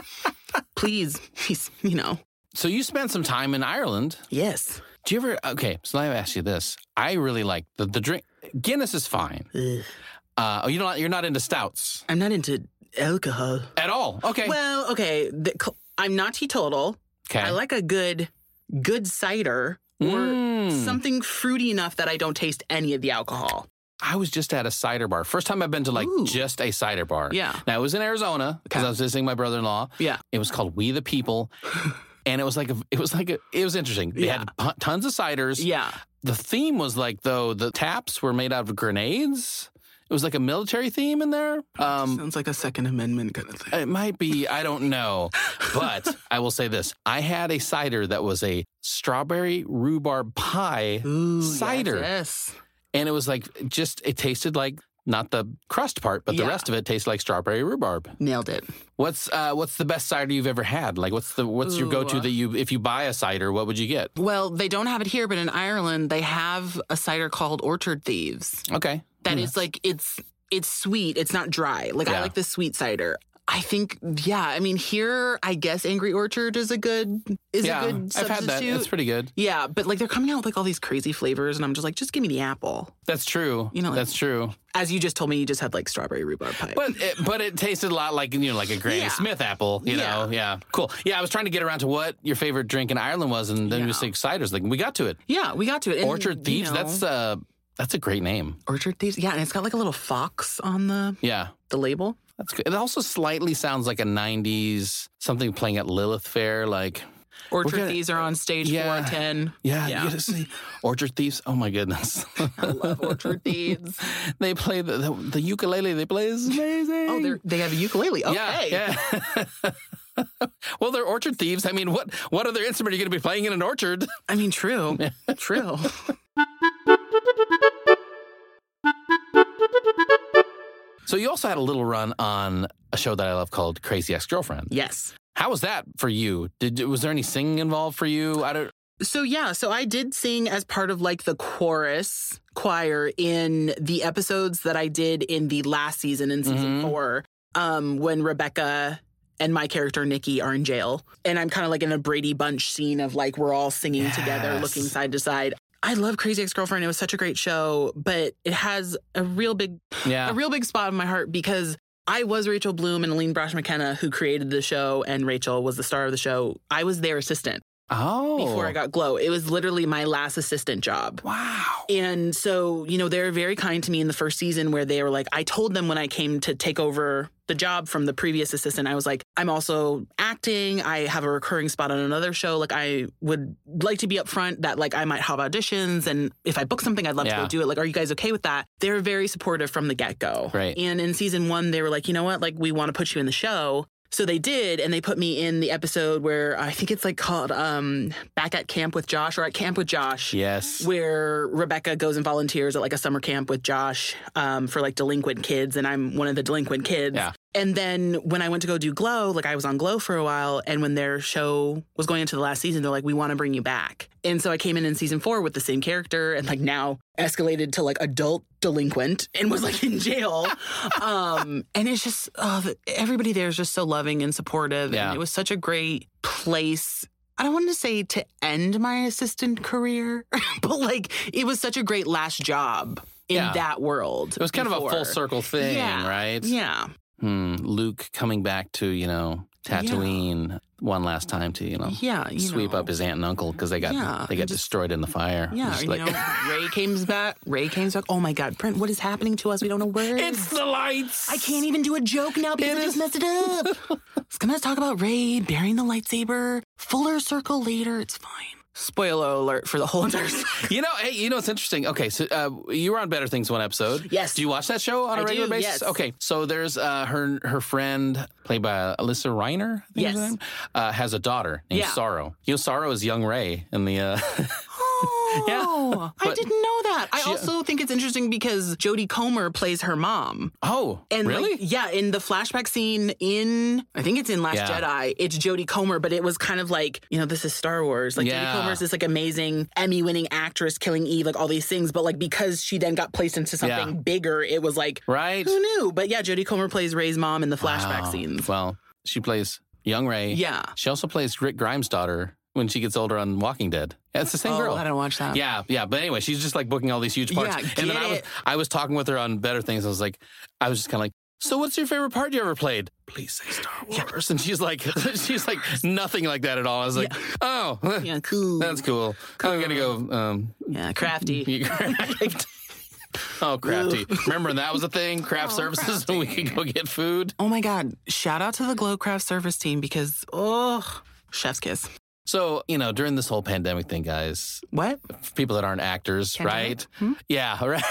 [SPEAKER 6] please, he's, you know,
[SPEAKER 1] So you spent some time in Ireland.
[SPEAKER 6] yes.
[SPEAKER 1] Do you ever? Okay, so now I've asked you this. I really like the the drink. Guinness is fine.
[SPEAKER 6] Ugh.
[SPEAKER 1] Uh, oh, you're not you're not into stouts
[SPEAKER 6] I'm not into alcohol.
[SPEAKER 1] at all. Okay.
[SPEAKER 6] Well, okay, the, cl- I'm not teetotal.
[SPEAKER 1] okay.
[SPEAKER 6] I like a good, good cider or
[SPEAKER 1] Mm.
[SPEAKER 6] something fruity enough that I don't taste any of the alcohol.
[SPEAKER 1] I was just at a cider bar. First time I've been to like
[SPEAKER 6] Ooh.
[SPEAKER 1] just a cider bar.
[SPEAKER 6] Yeah.
[SPEAKER 1] Now it was in Arizona because I was visiting my brother in law.
[SPEAKER 6] Yeah.
[SPEAKER 1] It was called We the People, and it was like a, it was like a, it was interesting. They had p- tons of ciders.
[SPEAKER 6] Yeah.
[SPEAKER 1] The theme was like though the taps were made out of grenades. It was like a military theme in there. Um,
[SPEAKER 6] Sounds like a Second Amendment kind of thing.
[SPEAKER 1] It might be, I don't know. But I will say this I had a cider that was a strawberry rhubarb pie,
[SPEAKER 6] Ooh, yes,
[SPEAKER 1] Uh, Cider.
[SPEAKER 6] Yes.
[SPEAKER 1] and it was like just, it tasted like not the crust part, but the
[SPEAKER 6] Yeah.
[SPEAKER 1] rest of it tasted like strawberry rhubarb.
[SPEAKER 6] Nailed it.
[SPEAKER 1] What's uh, what's the best cider you've ever had? Like, what's the what's your
[SPEAKER 6] Ooh.
[SPEAKER 1] go to that you if you buy a cider, what would you get?
[SPEAKER 6] Well, they don't have it here, but in Ireland they have a cider called Orchard Thieves.
[SPEAKER 1] Okay,
[SPEAKER 6] That is like it's it's sweet. It's not dry. Like
[SPEAKER 1] Mm. Yeah.
[SPEAKER 6] I like the sweet cider. I think yeah. I mean here, I guess Angry Orchard is a good is
[SPEAKER 1] yeah,
[SPEAKER 6] a good
[SPEAKER 1] I've
[SPEAKER 6] substitute.
[SPEAKER 1] had that. It's pretty good.
[SPEAKER 6] yeah, but like they're coming out with like all these crazy flavors, and I'm just like, just give me the apple.
[SPEAKER 1] That's true.
[SPEAKER 6] You know, like-
[SPEAKER 1] that's true.
[SPEAKER 6] As you just told me, you just had like strawberry rhubarb pie.
[SPEAKER 1] But it, but it tasted a lot like you know like a Granny
[SPEAKER 6] Yeah.
[SPEAKER 1] Smith apple. You
[SPEAKER 6] Yeah.
[SPEAKER 1] know, yeah, cool. Yeah, I was trying to get around to what your favorite drink in Ireland was, and then you
[SPEAKER 6] Yeah.
[SPEAKER 1] just like ciders. Like we got to it.
[SPEAKER 6] yeah, we got to it. And,
[SPEAKER 1] Orchard
[SPEAKER 6] you
[SPEAKER 1] Thieves.
[SPEAKER 6] know,
[SPEAKER 1] That's uh, That's a great name.
[SPEAKER 6] Orchard Thieves. Yeah, and it's got like a little fox on the
[SPEAKER 1] Yeah.
[SPEAKER 6] the label.
[SPEAKER 1] That's good. It also slightly sounds like a 90s something playing at Lilith Fair. Like,
[SPEAKER 6] Orchard
[SPEAKER 1] gonna-
[SPEAKER 6] Thieves are on stage
[SPEAKER 1] Yeah.
[SPEAKER 6] 410.
[SPEAKER 1] yeah,
[SPEAKER 6] Yeah.
[SPEAKER 1] you gotta see Orchard Thieves. Oh my goodness.
[SPEAKER 6] I love Orchard Thieves.
[SPEAKER 1] they play the, the, the ukulele they play is amazing.
[SPEAKER 6] Oh, they're, they have a ukulele. Okay.
[SPEAKER 1] Yeah. yeah. well, they're orchard thieves. I mean, what what other instrument are you going to be playing in an orchard?
[SPEAKER 6] I mean, true. true.
[SPEAKER 1] So you also had a little run on a show that I love called Crazy Ex-Girlfriend.
[SPEAKER 6] Yes.
[SPEAKER 1] How was that for you? Did was there any singing involved for you? I don't
[SPEAKER 6] So, yeah, so I did sing as part of like the chorus choir in the episodes that I did in the last season, in season
[SPEAKER 1] Mhm.
[SPEAKER 6] four, um, when Rebecca and my character Nikki are in jail. And I'm kind of like in a Brady Bunch scene of like we're all singing together,
[SPEAKER 1] Yes.
[SPEAKER 6] looking side to side. I love Crazy Ex Girlfriend. It was such a great show, but it has a real big a
[SPEAKER 1] Yeah.
[SPEAKER 6] real big spot in my heart because I was Rachel Bloom and Aline Brosh McKenna who created the show, and Rachel was the star of the show. I was their assistant
[SPEAKER 1] Oh.
[SPEAKER 6] before I got Glow. It was literally my last assistant job.
[SPEAKER 1] Wow.
[SPEAKER 6] And so, you know, they were very kind to me in the first season where they were like, I told them when I came to take over the job from the previous assistant, I was like, I'm also acting. I have a recurring spot on another show. Like, I would like to be upfront that, like, I might have auditions. And if I book something, I'd love to
[SPEAKER 1] Yeah.
[SPEAKER 6] go do it. Like, are you guys okay with that? They were very supportive from the get go.
[SPEAKER 1] Right.
[SPEAKER 6] And in season one, they were like, you know what? Like, we want to put you in the show. So they did, and they put me in the episode where I think it's like called um, Back at Camp with Josh or at Camp with Josh
[SPEAKER 1] Yes.
[SPEAKER 6] where Rebecca goes and volunteers at like a summer camp with Josh um, for like delinquent kids, and I'm one of the delinquent kids.
[SPEAKER 1] Yeah.
[SPEAKER 6] And then when I went to go do Glow, like I was on Glow for a while, and when their show was going into the last season, they're like, "We want to bring you back." And so I came in in season four with the same character, and like now escalated to like adult delinquent, and was like in jail. um, and it's just oh, the, everybody there is just so loving and supportive,
[SPEAKER 1] Yeah.
[SPEAKER 6] and it was such a great place I don't want to say to end my assistant career, but like it was such a great last job in
[SPEAKER 1] Yeah.
[SPEAKER 6] that world.
[SPEAKER 1] It was kind of a full
[SPEAKER 6] before.
[SPEAKER 1] circle thing,
[SPEAKER 6] Yeah.
[SPEAKER 1] right?
[SPEAKER 6] Yeah.
[SPEAKER 1] Hmm. Luke coming back to, you know, Tatooine one last time to, you know,
[SPEAKER 6] Yeah. you
[SPEAKER 1] sweep
[SPEAKER 6] know.
[SPEAKER 1] up his aunt and uncle because they got
[SPEAKER 6] Yeah,
[SPEAKER 1] they
[SPEAKER 6] you
[SPEAKER 1] got
[SPEAKER 6] just-
[SPEAKER 1] destroyed in the fire.
[SPEAKER 6] Yeah.
[SPEAKER 1] Just
[SPEAKER 6] You
[SPEAKER 1] like-
[SPEAKER 6] know, Ray comes back. Ray comes back. Oh my God, Brent, what is happening to us? We don't know where.
[SPEAKER 1] it's the lights.
[SPEAKER 6] I can't even do a joke now because
[SPEAKER 1] It
[SPEAKER 6] I
[SPEAKER 1] is-
[SPEAKER 6] just messed it up. I was going to talk about Ray burying the lightsaber, fuller circle later. It's fine. Spoiler alert for the whole entire series.
[SPEAKER 1] You know, hey, you know it's interesting. Okay, so uh, you were on Better Things one episode.
[SPEAKER 6] Yes.
[SPEAKER 1] Do you watch that show on a
[SPEAKER 6] I
[SPEAKER 1] regular
[SPEAKER 6] do,
[SPEAKER 1] basis?
[SPEAKER 6] yes.
[SPEAKER 1] Okay, so there's uh, her her friend played by Alyssa Reiner. I think is her
[SPEAKER 6] Yes.
[SPEAKER 1] name, uh, has a daughter named
[SPEAKER 6] Yeah.
[SPEAKER 1] Sorrow. You know, Sorrow is young Ray in the. Uh,
[SPEAKER 6] Oh, I
[SPEAKER 1] but-
[SPEAKER 6] didn't know that. I
[SPEAKER 1] She-
[SPEAKER 6] also think it's interesting because Jodie Comer plays her mom.
[SPEAKER 1] oh,
[SPEAKER 6] And like,
[SPEAKER 1] really?
[SPEAKER 6] yeah, in the flashback scene in I think it's in Last
[SPEAKER 1] Yeah.
[SPEAKER 6] Jedi, it's Jodie Comer, but it was kind of like, you know, this is Star Wars. Like
[SPEAKER 1] Yeah.
[SPEAKER 6] Jodie Comer's this like amazing Emmy winning actress, killing Eve, like all these things, but like because she then got placed into something
[SPEAKER 1] Yeah.
[SPEAKER 6] bigger, it was like
[SPEAKER 1] right.
[SPEAKER 6] who knew? But yeah, Jodie Comer plays Ray's mom in the flashback
[SPEAKER 1] Wow.
[SPEAKER 6] scenes.
[SPEAKER 1] Um, Well, she plays young Ray.
[SPEAKER 6] Yeah.
[SPEAKER 1] She also plays Rick Grimes' daughter when she gets older on Walking Dead. Yeah, it's the same girl.
[SPEAKER 6] Oh, don't watch that.
[SPEAKER 1] Yeah, yeah. But anyway, she's just like booking all these huge parts.
[SPEAKER 6] Yeah,
[SPEAKER 1] and then
[SPEAKER 6] get
[SPEAKER 1] I was
[SPEAKER 6] it.
[SPEAKER 1] I was talking with her on better things. I was like, I was just kind of like, so what's your favorite part you ever played? Please say Star Wars. And she's like, she's like nothing like that at all. I was like, oh,
[SPEAKER 6] Yeah, cool.
[SPEAKER 1] that's cool. I'm gonna go. Um,
[SPEAKER 6] yeah, crafty.
[SPEAKER 1] you- oh, crafty. Remember that was a thing. Craft services when we could go get food.
[SPEAKER 6] Oh my god. Shout out to the Glowcraft service team because oh chef's kiss.
[SPEAKER 1] So you know, during this whole pandemic thing, guys,
[SPEAKER 6] What?
[SPEAKER 1] for people that aren't actors,
[SPEAKER 6] Pandemic?
[SPEAKER 1] right?
[SPEAKER 6] Hmm?
[SPEAKER 1] Yeah, right.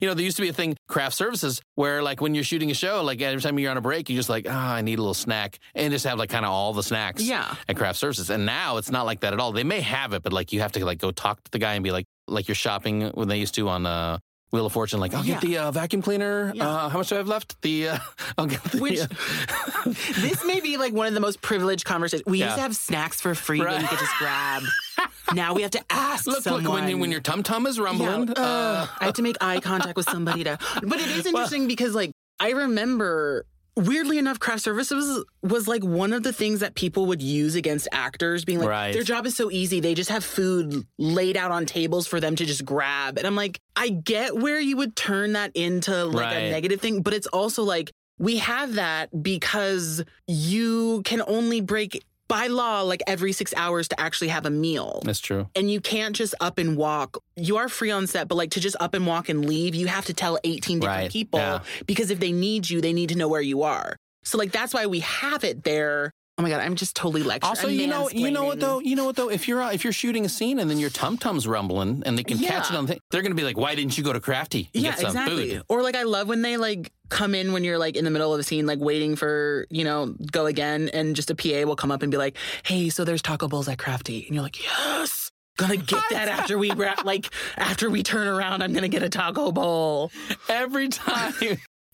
[SPEAKER 1] you know, there used to be a thing, craft services, where like when you're shooting a show, like every time you're on a break, you're just like, ah, I need a little snack, and just have like kind of all the snacks.
[SPEAKER 6] Yeah.
[SPEAKER 1] At craft services, and now it's not like that at all. They may have it, but like you have to like go talk to the guy and be like, like you're shopping when they used to on. uh Wheel of Fortune, like I'll get the uh, vacuum cleaner.
[SPEAKER 6] Oh, Yeah.
[SPEAKER 1] Uh, how much do I have left? The uh, I'll get the.
[SPEAKER 6] Which-
[SPEAKER 1] uh,
[SPEAKER 6] This may be like one of the most privileged conversations. We
[SPEAKER 1] Yeah.
[SPEAKER 6] used to have snacks for free that
[SPEAKER 1] Right.
[SPEAKER 6] we could just grab. now we have to ask
[SPEAKER 1] look,
[SPEAKER 6] someone.
[SPEAKER 1] look when, you, when your tum tum is
[SPEAKER 6] Yeah,
[SPEAKER 1] rumbling.
[SPEAKER 6] ugh,
[SPEAKER 1] uh,
[SPEAKER 6] I have to make eye contact with somebody to. But it is interesting because like I remember. Weirdly enough, craft services was like one of the things that people would use against actors, being like,
[SPEAKER 1] Right.
[SPEAKER 6] their job is so easy. They just have food laid out on tables for them to just grab. And I'm like, I get where you would turn that into like
[SPEAKER 1] Right.
[SPEAKER 6] a negative thing, but it's also like, we have that because you can only break by law like every six hours to actually have a meal.
[SPEAKER 1] That's true.
[SPEAKER 6] and you can't just up and walk. You are free on set, but like to just up and walk and leave, you have to tell 18 different
[SPEAKER 1] Right,
[SPEAKER 6] people
[SPEAKER 1] yeah.
[SPEAKER 6] because if they need you, they need to know where you are. So like that's why we have it there. Oh my god, I'm just totally lecturing.
[SPEAKER 1] Also,
[SPEAKER 6] I'm
[SPEAKER 1] you know, you know what
[SPEAKER 6] mansplaining.
[SPEAKER 1] though, you know what though, if you're uh, if you're shooting a scene and then your tum tum's rumbling and they can catch it
[SPEAKER 6] Yeah.
[SPEAKER 1] on the thing, they're gonna be like, why didn't you go to Crafty and
[SPEAKER 6] Yeah,
[SPEAKER 1] get some
[SPEAKER 6] exactly.
[SPEAKER 1] food?
[SPEAKER 6] Or like I love when they like come in when you're like in the middle of a scene, like waiting for you know go again, and just a PA will come up and be like, "Hey, so there's taco bowls at Crafty," and you're like, "Yes." Gonna get that after we wrap, like after we turn around, I'm gonna get a taco bowl.
[SPEAKER 1] Every time.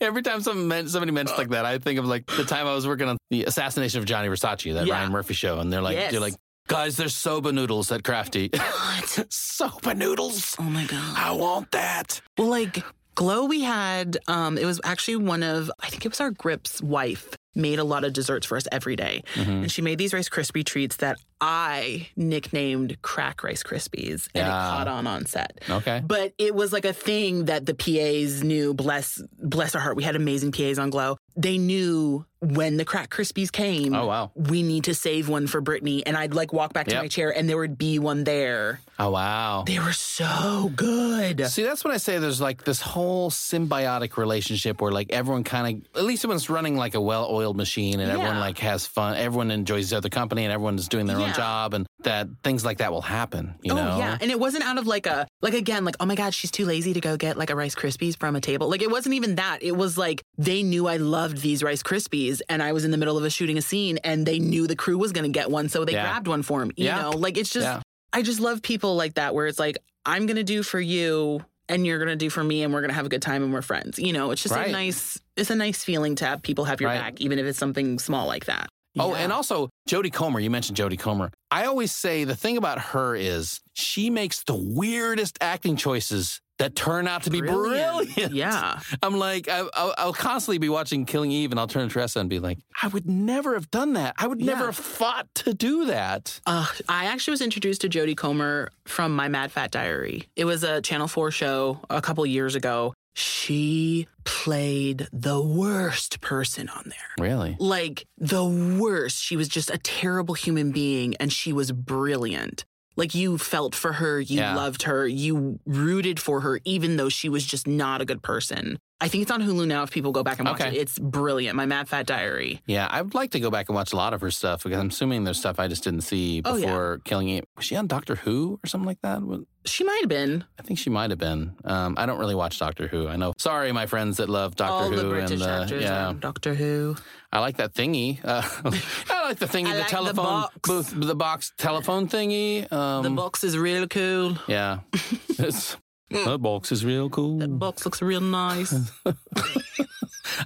[SPEAKER 1] Every time some men, somebody mentions like that, I think of like the time I was working on the assassination of Johnny Versace, that
[SPEAKER 6] Yeah.
[SPEAKER 1] Ryan Murphy show, and they're like,
[SPEAKER 6] Yes.
[SPEAKER 1] they're like, guys, there's soba noodles at Crafty.
[SPEAKER 6] What?
[SPEAKER 1] soba noodles.
[SPEAKER 6] Oh my god.
[SPEAKER 1] I want that.
[SPEAKER 6] Well, like Glow, we had um, it was actually one of I think it was our grip's wife made a lot of desserts for us every day.
[SPEAKER 1] Mm-hmm.
[SPEAKER 6] and she made these Rice Krispie treats that I nicknamed crack Rice Krispies,
[SPEAKER 1] Yeah.
[SPEAKER 6] and it caught on on set.
[SPEAKER 1] Okay.
[SPEAKER 6] But it was like a thing that the PAs knew. Bless bless her heart, we had amazing PAs on Glow. They knew when the crack Krispies came.
[SPEAKER 1] Oh, wow.
[SPEAKER 6] We need to save one for Brittany, and I'd like walk back to
[SPEAKER 1] Yep.
[SPEAKER 6] my chair, and there would be one there.
[SPEAKER 1] Oh, wow.
[SPEAKER 6] They were so good.
[SPEAKER 1] See, that's when I say there's like this whole symbiotic relationship where like everyone kind of, at least when it's running like a well-oiled machine, and everyone
[SPEAKER 6] Yeah.
[SPEAKER 1] like has fun, everyone enjoys the other company, and everyone's doing their own
[SPEAKER 6] Yeah.
[SPEAKER 1] job, and that things like that will happen. You know?
[SPEAKER 6] Oh yeah, and it wasn't out of like a like again like oh my god she's too lazy to go get like a Rice Krispies from a table. Like it wasn't even that. It was like they knew I loved these Rice Krispies, and I was in the middle of a shooting a scene, and they knew the crew was gonna get one, so they
[SPEAKER 1] Yeah.
[SPEAKER 6] grabbed one for him. You
[SPEAKER 1] Yeah.
[SPEAKER 6] know, like it's just
[SPEAKER 1] Yeah.
[SPEAKER 6] I just love people like that where it's like I'm gonna do for you. And you're gonna do for me, and we're gonna have a good time, and we're friends. You know, it's just
[SPEAKER 1] Right.
[SPEAKER 6] a nice, it's a nice feeling to have people have your
[SPEAKER 1] Right.
[SPEAKER 6] back, even if it's something small like that.
[SPEAKER 1] Oh,
[SPEAKER 6] Yeah.
[SPEAKER 1] and also Jodie Comer. You mentioned Jodie Comer. I always say the thing about her is she makes the weirdest acting choices that turn out to be brilliant.
[SPEAKER 6] yeah.
[SPEAKER 1] I'm like, I, I'll, I'll constantly be watching Killing Eve, and I'll turn to Tressa and be like, I would never have done that. I would never
[SPEAKER 6] Yeah.
[SPEAKER 1] have thought to do that.
[SPEAKER 6] Uh, I actually was introduced to Jodie Comer from My Mad Fat Diary. It was a Channel 4 show a couple years ago. She played the worst person on there.
[SPEAKER 1] Really?
[SPEAKER 6] Like the worst. She was just a terrible human being and she was brilliant. Like you felt for her, you
[SPEAKER 1] Yeah.
[SPEAKER 6] loved her, you rooted for her, even though she was just not a good person. I think it's on Hulu now if people go back and watch
[SPEAKER 1] Okay.
[SPEAKER 6] it. It's brilliant. My Mad Fat Diary.
[SPEAKER 1] Yeah, I'd like to go back and watch a lot of her stuff because I'm assuming there's stuff I just didn't see
[SPEAKER 6] Oh, yeah.
[SPEAKER 1] before Killing Eve. Was she on Doctor Who or something like that? Was-
[SPEAKER 6] She might have been.
[SPEAKER 1] I think she might have been. Um, I don't really watch Doctor Who. I know. Sorry, my friends that love Doctor
[SPEAKER 6] All
[SPEAKER 1] Who
[SPEAKER 6] the British
[SPEAKER 1] and uh,
[SPEAKER 6] actors
[SPEAKER 1] yeah,
[SPEAKER 6] on Doctor Who.
[SPEAKER 1] I like that thingy. Uh, I like the thingy,
[SPEAKER 6] I
[SPEAKER 1] the
[SPEAKER 6] like the
[SPEAKER 1] telephone
[SPEAKER 6] box.
[SPEAKER 1] booth, the box telephone thingy. Um,
[SPEAKER 6] The box is real cool.
[SPEAKER 1] Yeah, it's, that box is real cool.
[SPEAKER 6] That box looks real nice.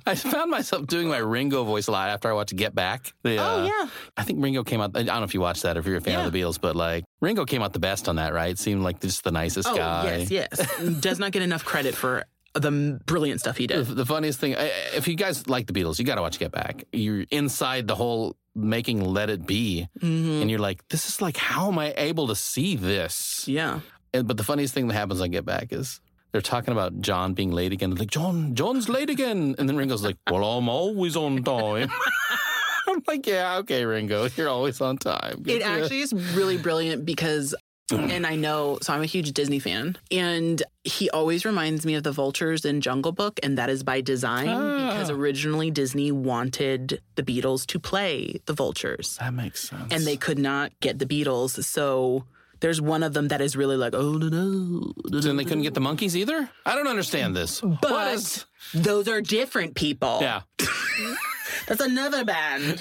[SPEAKER 1] I found myself doing my Ringo voice a lot after I watched Get Back. The,
[SPEAKER 6] oh
[SPEAKER 1] uh,
[SPEAKER 6] yeah.
[SPEAKER 1] I think Ringo came out. I don't know if you watched that or if you're a fan
[SPEAKER 6] Yeah.
[SPEAKER 1] of the Beatles, but like Ringo came out the best on that, right? Seemed like just the nicest
[SPEAKER 6] Oh
[SPEAKER 1] guy.
[SPEAKER 6] yes, yes. Does not get enough credit for the m- brilliant stuff he
[SPEAKER 1] The,
[SPEAKER 6] did.
[SPEAKER 1] the funniest thing, I- I- if you guys like the Beatles, you got to watch Get Back. You're inside the whole making Let It Be,
[SPEAKER 6] hmm
[SPEAKER 1] and you're like, this is like, how am I able to see this?
[SPEAKER 6] Yeah.
[SPEAKER 1] And, but the funniest thing that happens on Get Back is they're talking about John being late again. They're like, John, John's late again. And then Ringo's like, well, I'm always on time. I'm like, yeah, okay, Ringo, you're always on time.
[SPEAKER 6] It actually is really brilliant because,
[SPEAKER 1] Mm.
[SPEAKER 6] and I know, so I'm a huge Disney fan, and he always reminds me of the vultures in Jungle Book, and that is by design because
[SPEAKER 1] Ah.
[SPEAKER 6] originally Disney wanted the Beatles to play the vultures.
[SPEAKER 1] That makes sense.
[SPEAKER 6] and they could not get the Beatles. So there's one of them that is really like, oh no, no, no,
[SPEAKER 1] Then
[SPEAKER 6] no,
[SPEAKER 1] they couldn't get the monkeys either? I don't understand this.
[SPEAKER 6] But
[SPEAKER 1] What is-
[SPEAKER 6] those are different people.
[SPEAKER 1] Yeah.
[SPEAKER 6] that's another band.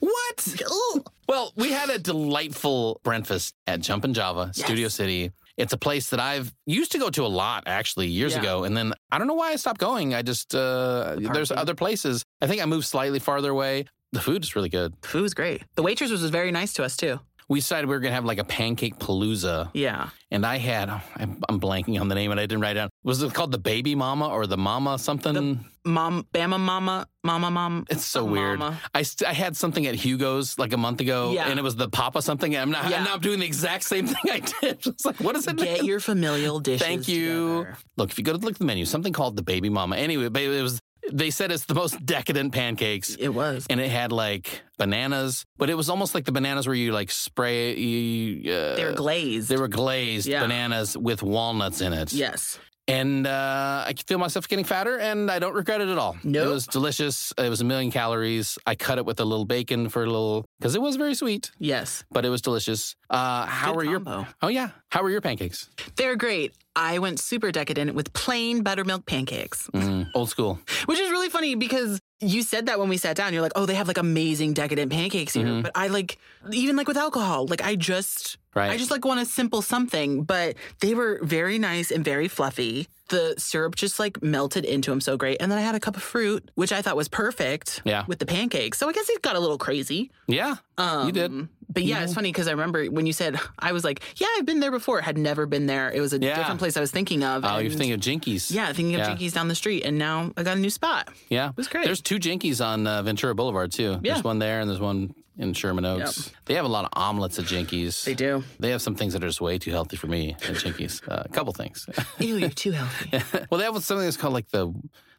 [SPEAKER 1] What?
[SPEAKER 6] Ooh.
[SPEAKER 1] Well, we had a delightful breakfast at Jumpin' Java, Studio City. It's a place that I've used to go to a lot actually years
[SPEAKER 6] Yeah.
[SPEAKER 1] ago, and then I don't know why I stopped going. I just uh, there's
[SPEAKER 6] parking.
[SPEAKER 1] other places. I think I moved slightly farther away. The food is really good.
[SPEAKER 6] Food was great. The waitress was very nice to us too.
[SPEAKER 1] We decided we were gonna have like a pancake palooza,
[SPEAKER 6] Yeah,
[SPEAKER 1] and I had I'm, I'm blanking on the name, and I didn't write it down. Was it called the baby mama or the mama something?
[SPEAKER 6] mom, Bama, mama, mama, mom.
[SPEAKER 1] It's so
[SPEAKER 6] Mama.
[SPEAKER 1] weird. I, st- I had something at Hugo's like a month ago,
[SPEAKER 6] Yeah.
[SPEAKER 1] and it was the Papa something. And I'm not,
[SPEAKER 6] Yeah.
[SPEAKER 1] and now I'm doing the exact same thing I did. It's like, what is it?
[SPEAKER 6] Get your familial dishes.
[SPEAKER 1] Thank you.
[SPEAKER 6] together.
[SPEAKER 1] Look, if you go to look at the menu, something called the Baby Mama. Anyway, but it was They said it's the most decadent pancakes.
[SPEAKER 6] It was.
[SPEAKER 1] And it had like bananas, but it was almost like the bananas where you like spray. You, uh,
[SPEAKER 6] They were glazed.
[SPEAKER 1] they were glazed
[SPEAKER 6] Yeah.
[SPEAKER 1] bananas with walnuts in it.
[SPEAKER 6] yes.
[SPEAKER 1] And uh, I could feel myself getting fatter, and I don't regret it at all.
[SPEAKER 6] Nope.
[SPEAKER 1] It was delicious. It was a million calories. I cut it with a little bacon for a little, because it was very sweet,
[SPEAKER 6] Yes.
[SPEAKER 1] but it was delicious. Uh, how
[SPEAKER 6] Good
[SPEAKER 1] were your?
[SPEAKER 6] combo.
[SPEAKER 1] Oh yeah, how were your pancakes?
[SPEAKER 6] They're great. I went super decadent with plain buttermilk pancakes,
[SPEAKER 1] Mm, old school.
[SPEAKER 6] which is really funny because you said that when we sat down. You're like, oh, they have like amazing decadent pancakes here.
[SPEAKER 1] Mm-hmm.
[SPEAKER 6] But I like, even like with alcohol, like I just,
[SPEAKER 1] Right.
[SPEAKER 6] I just like want a simple something. But they were very nice and very fluffy. The syrup just like melted into them so great. And then I had a cup of fruit, which I thought was perfect
[SPEAKER 1] Yeah.
[SPEAKER 6] with the pancakes. So I guess it got a little crazy.
[SPEAKER 1] Yeah,
[SPEAKER 6] Um,
[SPEAKER 1] you did.
[SPEAKER 6] But yeah, it's funny because I remember when you said, I was like, yeah, I've been there before. Had never been there. It was a
[SPEAKER 1] Yeah.
[SPEAKER 6] different place I was thinking of.
[SPEAKER 1] Oh, you're
[SPEAKER 6] and-
[SPEAKER 1] thinking of Jinkies.
[SPEAKER 6] Yeah, thinking of
[SPEAKER 1] Yeah.
[SPEAKER 6] Jinkies down the street. And now I got a new spot.
[SPEAKER 1] yeah. It
[SPEAKER 6] was great.
[SPEAKER 1] There's two Jinkies on uh, Ventura Boulevard too.
[SPEAKER 6] Yeah.
[SPEAKER 1] There's one there, and there's one in Sherman Oaks. They have a lot of omelets at Jinkies.
[SPEAKER 6] They do.
[SPEAKER 1] They have some things that are just way too healthy for me at Jinkies. Uh, a couple things.
[SPEAKER 6] Ew, you're too healthy.
[SPEAKER 1] well, they have something that's called like the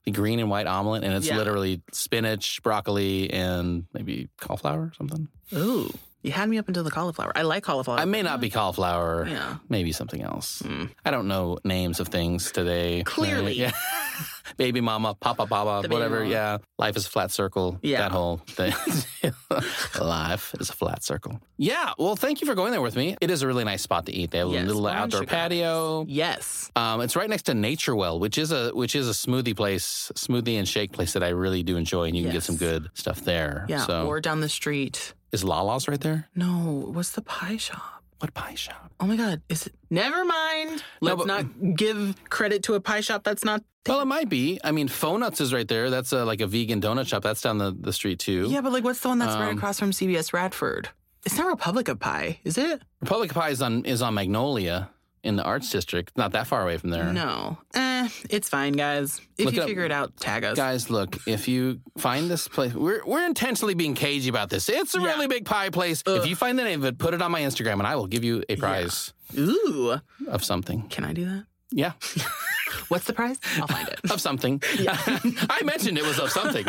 [SPEAKER 1] the green and white omelet, and it's
[SPEAKER 6] Yeah.
[SPEAKER 1] literally spinach, broccoli, and maybe cauliflower or something.
[SPEAKER 6] Ooh, you had me up until the cauliflower. I like cauliflower.
[SPEAKER 1] I may not be cauliflower.
[SPEAKER 6] Mm. Yeah. Mm.
[SPEAKER 1] Maybe something else. I don't know names of things today.
[SPEAKER 6] Clearly.
[SPEAKER 1] Yeah. Baby mama, papa baba,
[SPEAKER 6] The baby
[SPEAKER 1] whatever.
[SPEAKER 6] mama.
[SPEAKER 1] Yeah. Life is a flat circle.
[SPEAKER 6] Yeah.
[SPEAKER 1] That whole thing. Life is a flat circle. Yeah. Well, thank you for going there with me. It is a really nice spot to eat. They have
[SPEAKER 6] Yes,
[SPEAKER 1] a little
[SPEAKER 6] Orange
[SPEAKER 1] outdoor
[SPEAKER 6] Chicago.
[SPEAKER 1] patio.
[SPEAKER 6] yes.
[SPEAKER 1] Um, it's right next to Nature Well, which is a which is a smoothie place, smoothie and shake place that I really do enjoy, and you can get
[SPEAKER 6] Yes.
[SPEAKER 1] some good stuff there.
[SPEAKER 6] Yeah.
[SPEAKER 1] So
[SPEAKER 6] Or down the street.
[SPEAKER 1] is Lala's right there?
[SPEAKER 6] No, what's the pie shop?
[SPEAKER 1] What pie shop?
[SPEAKER 6] Oh my God. Is it? Never mind.
[SPEAKER 1] No,
[SPEAKER 6] Let's
[SPEAKER 1] but-
[SPEAKER 6] not give credit to a pie shop that's not.
[SPEAKER 1] Well, it might be. I mean, Fonuts is right there. That's a, like a vegan donut shop. That's down the, the street too.
[SPEAKER 6] Yeah, but like, what's the one that's right
[SPEAKER 1] Um,
[SPEAKER 6] across from CBS Radford? It's not Republic of Pie, is it?
[SPEAKER 1] Republic Pie is on is on Magnolia in the Arts District. Not that far away from there.
[SPEAKER 6] No. Eh, it's fine, guys. If
[SPEAKER 1] Look it
[SPEAKER 6] you
[SPEAKER 1] up.
[SPEAKER 6] figure it out, tag us.
[SPEAKER 1] Guys, look, if you find this place, we're, we're intentionally being cagey about this. It's a
[SPEAKER 6] Yeah.
[SPEAKER 1] really big pie place. If you find the name of it, put it on my Instagram and I will give you a prize
[SPEAKER 6] Ooh.
[SPEAKER 1] of something.
[SPEAKER 6] Can I do that?
[SPEAKER 1] Yeah.
[SPEAKER 6] What's the prize? I'll find it.
[SPEAKER 1] of something. I mentioned it was of something.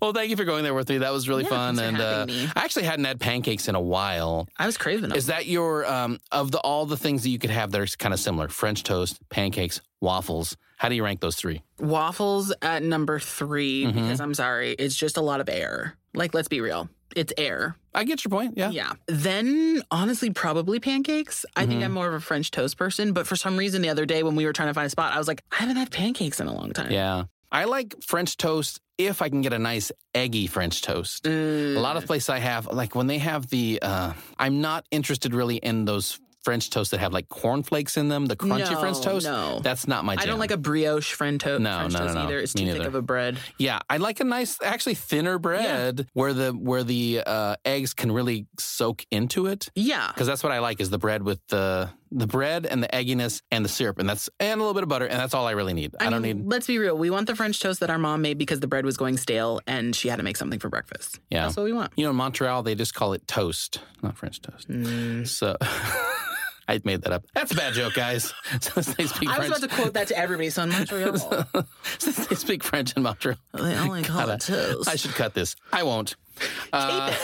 [SPEAKER 1] well, thank you for going there with me. That was really
[SPEAKER 6] Yeah,
[SPEAKER 1] fun.
[SPEAKER 6] thanks
[SPEAKER 1] and
[SPEAKER 6] for
[SPEAKER 1] uh,
[SPEAKER 6] having me.
[SPEAKER 1] I actually hadn't had pancakes in a while.
[SPEAKER 6] I was craving them.
[SPEAKER 1] Is that your um, of the all the things that you could have that are kind of similar? French toast, pancakes, waffles. How do you rank those three?
[SPEAKER 6] Waffles at number 3
[SPEAKER 1] Mm-hmm.
[SPEAKER 6] because I'm sorry, it's just a lot of air. Like, let's be real. It's air.
[SPEAKER 1] I get your point. Yeah.
[SPEAKER 6] Yeah. Then, honestly, probably pancakes. I
[SPEAKER 1] Mm-hmm.
[SPEAKER 6] think I'm more of a French toast person, but for some reason, the other day when we were trying to find a spot, I was like, I haven't had pancakes in a long time.
[SPEAKER 1] Yeah. I like French toast if I can get a nice eggy French toast.
[SPEAKER 6] Mm,
[SPEAKER 1] A lot of places I have, like when they have the, uh, I'm not interested really in those French toasts that have like cornflakes in them, the crunchy
[SPEAKER 6] No,
[SPEAKER 1] French toast.
[SPEAKER 6] no.
[SPEAKER 1] That's not my jam.
[SPEAKER 6] I don't like a brioche French, to-
[SPEAKER 1] No,
[SPEAKER 6] French
[SPEAKER 1] no, no,
[SPEAKER 6] toast
[SPEAKER 1] no.
[SPEAKER 6] either. It's
[SPEAKER 1] Me
[SPEAKER 6] too thick
[SPEAKER 1] neither.
[SPEAKER 6] of a bread.
[SPEAKER 1] Yeah, I like a nice, actually thinner bread where the where the uh, eggs can really soak into it.
[SPEAKER 6] Yeah.
[SPEAKER 1] Because that's what I like is the bread with the the bread and the egginess and the syrup and that's and a little bit of butter and that's all I really need. I, don't
[SPEAKER 6] mean,
[SPEAKER 1] need
[SPEAKER 6] Let's be real. We want the French toast that our mom made because the bread was going stale and she had to make something for breakfast.
[SPEAKER 1] yeah.
[SPEAKER 6] That's what we want.
[SPEAKER 1] you know, in Montreal they just call it toast, not French toast.
[SPEAKER 6] Mm.
[SPEAKER 1] So I made that up. That's a bad joke, guys. Since they speak
[SPEAKER 6] I was
[SPEAKER 1] French,
[SPEAKER 6] about to quote that to everybody. So in Montreal,
[SPEAKER 1] since they speak French in Montreal,
[SPEAKER 6] they only call it toast.
[SPEAKER 1] I should cut this. I won't. Uh,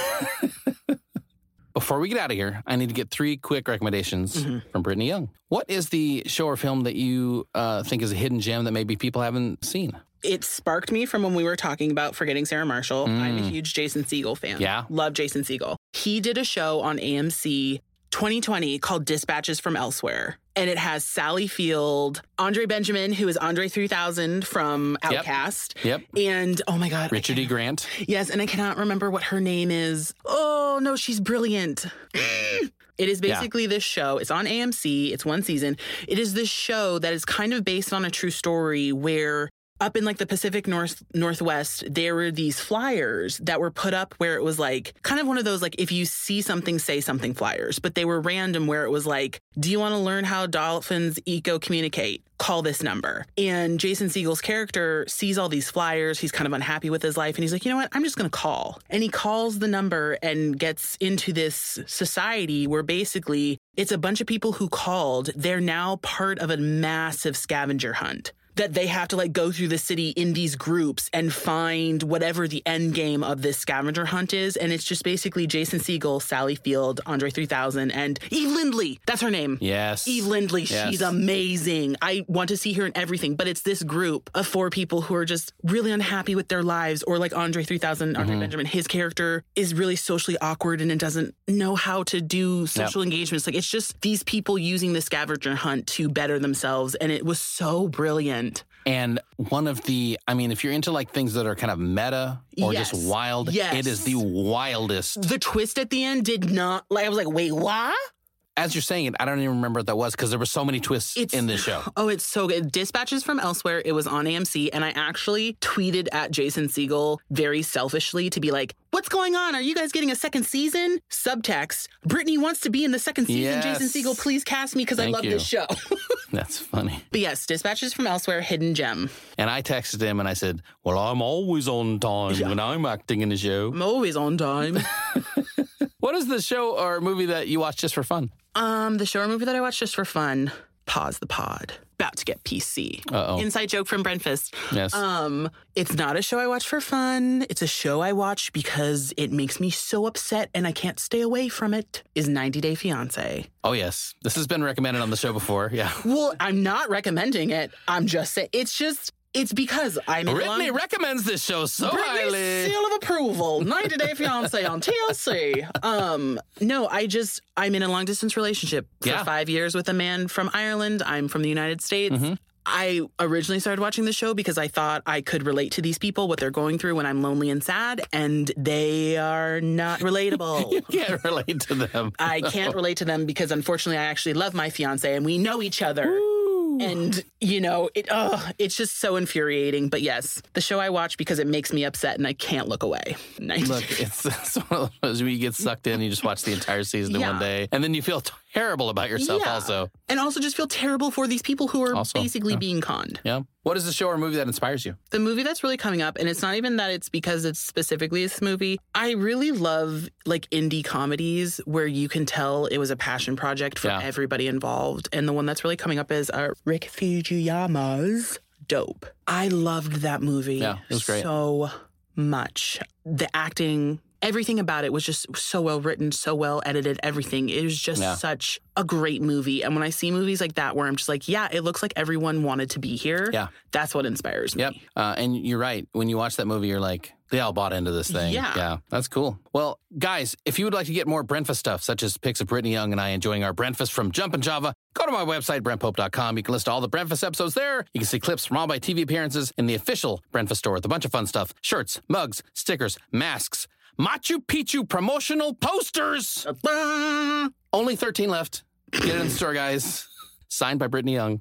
[SPEAKER 1] before we get out of here, I need to get three quick recommendations
[SPEAKER 6] Mm-hmm.
[SPEAKER 1] from Brittany Young. What is the show or film that you uh, think is a hidden gem that maybe people haven't seen?
[SPEAKER 6] it sparked me from when we were talking about forgetting Sarah Marshall. I'm a huge Jason Siegel fan.
[SPEAKER 1] Yeah.
[SPEAKER 6] Love Jason Siegel. He did a show on AMC 2020 called Dispatches from Elsewhere. And it has Sally Field, Andre Benjamin, who is Andre 3000 from Outcast.
[SPEAKER 1] Yep.
[SPEAKER 6] And oh my God. I
[SPEAKER 1] Richard E. Grant.
[SPEAKER 6] Yes, and I cannot remember what her name is. Oh, no, she's brilliant. it is basically this show. It's on AMC, it's one season. It is this show that is kind of based on a true story where up in like the Pacific North Northwest, there were these flyers that were put up where it was like kind of one of those like if you see something, say something flyers, but they were random where it was like, do you want to learn how dolphins eco communicate? Call this number. And Jason Siegel's character sees all these flyers. He's kind of unhappy with his life and he's like, you know what? I'm just going to call. And he calls the number and gets into this society where basically it's a bunch of people who called. They're now part of a massive scavenger hunt that they have to like go through the city in these groups and find whatever the end game of this scavenger hunt is. And it's just basically Jason Siegel, Sally Field, Andre 3000, and Eve Lindley. That's her name.
[SPEAKER 1] Yes.
[SPEAKER 6] Eve E. Lindley,
[SPEAKER 1] Yes.
[SPEAKER 6] she's amazing. I want to see her in everything, but it's this group of four people who are just really unhappy with their lives, or like Andre 3000, Andre Benjamin, his character is really socially awkward and it doesn't know how to do social engagements. Like it's just these people using the scavenger hunt to better themselves, and it was so brilliant.
[SPEAKER 1] And one of the, I mean, if you're into like things that are kind of meta or
[SPEAKER 6] Yes.
[SPEAKER 1] just wild,
[SPEAKER 6] Yes.
[SPEAKER 1] it is the wildest.
[SPEAKER 6] The twist at the end did not like I was like, wait, what?
[SPEAKER 1] As you're saying it, I don't even remember what that was because there were so many twists
[SPEAKER 6] It's-
[SPEAKER 1] in this show.
[SPEAKER 6] Oh, it's so good. Dispatches from elsewhere. It was on AMC, and I actually tweeted at Jason Siegel very selfishly to be like, "What's going on? Are you guys getting a second season?" Subtext: Brittany wants to be in the second season.
[SPEAKER 1] Yes.
[SPEAKER 6] Jason Siegel, please cast me because I
[SPEAKER 1] Thank
[SPEAKER 6] love
[SPEAKER 1] you.
[SPEAKER 6] this show.
[SPEAKER 1] That's funny.
[SPEAKER 6] but yes, Dispatches from Elsewhere, hidden gem.
[SPEAKER 1] And I texted him and I said, Well, I'm always on time when I'm acting in a show.
[SPEAKER 6] I'm always on time.
[SPEAKER 1] What is the show or movie that you watch just for fun?
[SPEAKER 6] um, the show or movie that I watched just for fun. Pause the pod. About to get PC.
[SPEAKER 1] Uh oh.
[SPEAKER 6] Inside joke from Breakfast.
[SPEAKER 1] Yes.
[SPEAKER 6] Um, it's not a show I watch for fun. It's a show I watch because it makes me so upset and I can't stay away from it. Is 90 Day Fiance.
[SPEAKER 1] oh, yes. This has been recommended on the show before. Yeah.
[SPEAKER 6] Well, I'm not recommending it. I'm just saying it's just it's because I'm in
[SPEAKER 1] Brittany
[SPEAKER 6] long-
[SPEAKER 1] recommends this show so
[SPEAKER 6] Britney's
[SPEAKER 1] highly.
[SPEAKER 6] seal of approval. 90 Day Fiance on TLC. Um, no, I just I'm in a long distance relationship for
[SPEAKER 1] Yeah.
[SPEAKER 6] five years with a man from Ireland. I'm from the United States. I originally started watching the show because I thought I could relate to these people, what they're going through when I'm lonely and sad, and they are not relatable.
[SPEAKER 1] Can't relate to them.
[SPEAKER 6] I can't relate to them because unfortunately I actually love my fiance and we know each other. And you know, it oh, it's just so infuriating. But yes, the show I watch because it makes me upset and I can't look away. Nice.
[SPEAKER 1] Look, it's, it's one of those where you get sucked in, you just watch the entire season in
[SPEAKER 6] Yeah.
[SPEAKER 1] one day, and then you feel terrible about yourself
[SPEAKER 6] Yeah.
[SPEAKER 1] also.
[SPEAKER 6] and also just feel terrible for these people who are
[SPEAKER 1] Also,
[SPEAKER 6] basically being conned.
[SPEAKER 1] Yeah. What is the show or movie that inspires you?
[SPEAKER 6] The movie that's really coming up, and it's not even that it's because it's specifically this movie. I really love like indie comedies where you can tell it was a passion project for
[SPEAKER 1] Yeah.
[SPEAKER 6] everybody involved. And the one that's really coming up is uh, Rick Fujiyama's Dope. I loved that movie
[SPEAKER 1] Yeah, it was great.
[SPEAKER 6] so much. The acting, everything about it was just so well written, so well edited, everything. It was just
[SPEAKER 1] Yeah.
[SPEAKER 6] such a great movie. And when I see movies like that where I'm just like, yeah, it looks like everyone wanted to be here.
[SPEAKER 1] Yeah.
[SPEAKER 6] That's what inspires me.
[SPEAKER 1] Yep. Uh, and you're right. When you watch that movie, you're like, they all bought into this thing.
[SPEAKER 6] Yeah.
[SPEAKER 1] Yeah. That's cool. Well, guys, if you would like to get more breakfast stuff, such as pics of Brittany Young and I enjoying our breakfast from Jump and Java, go to my website, brentpope.com. You can list all the breakfast episodes there. You can see clips from all my TV appearances in the official breakfast store with a bunch of fun stuff shirts, mugs, stickers, masks, Machu Picchu promotional posters. Only 13 left. Get it in the store, guys. Signed by Brittany Young.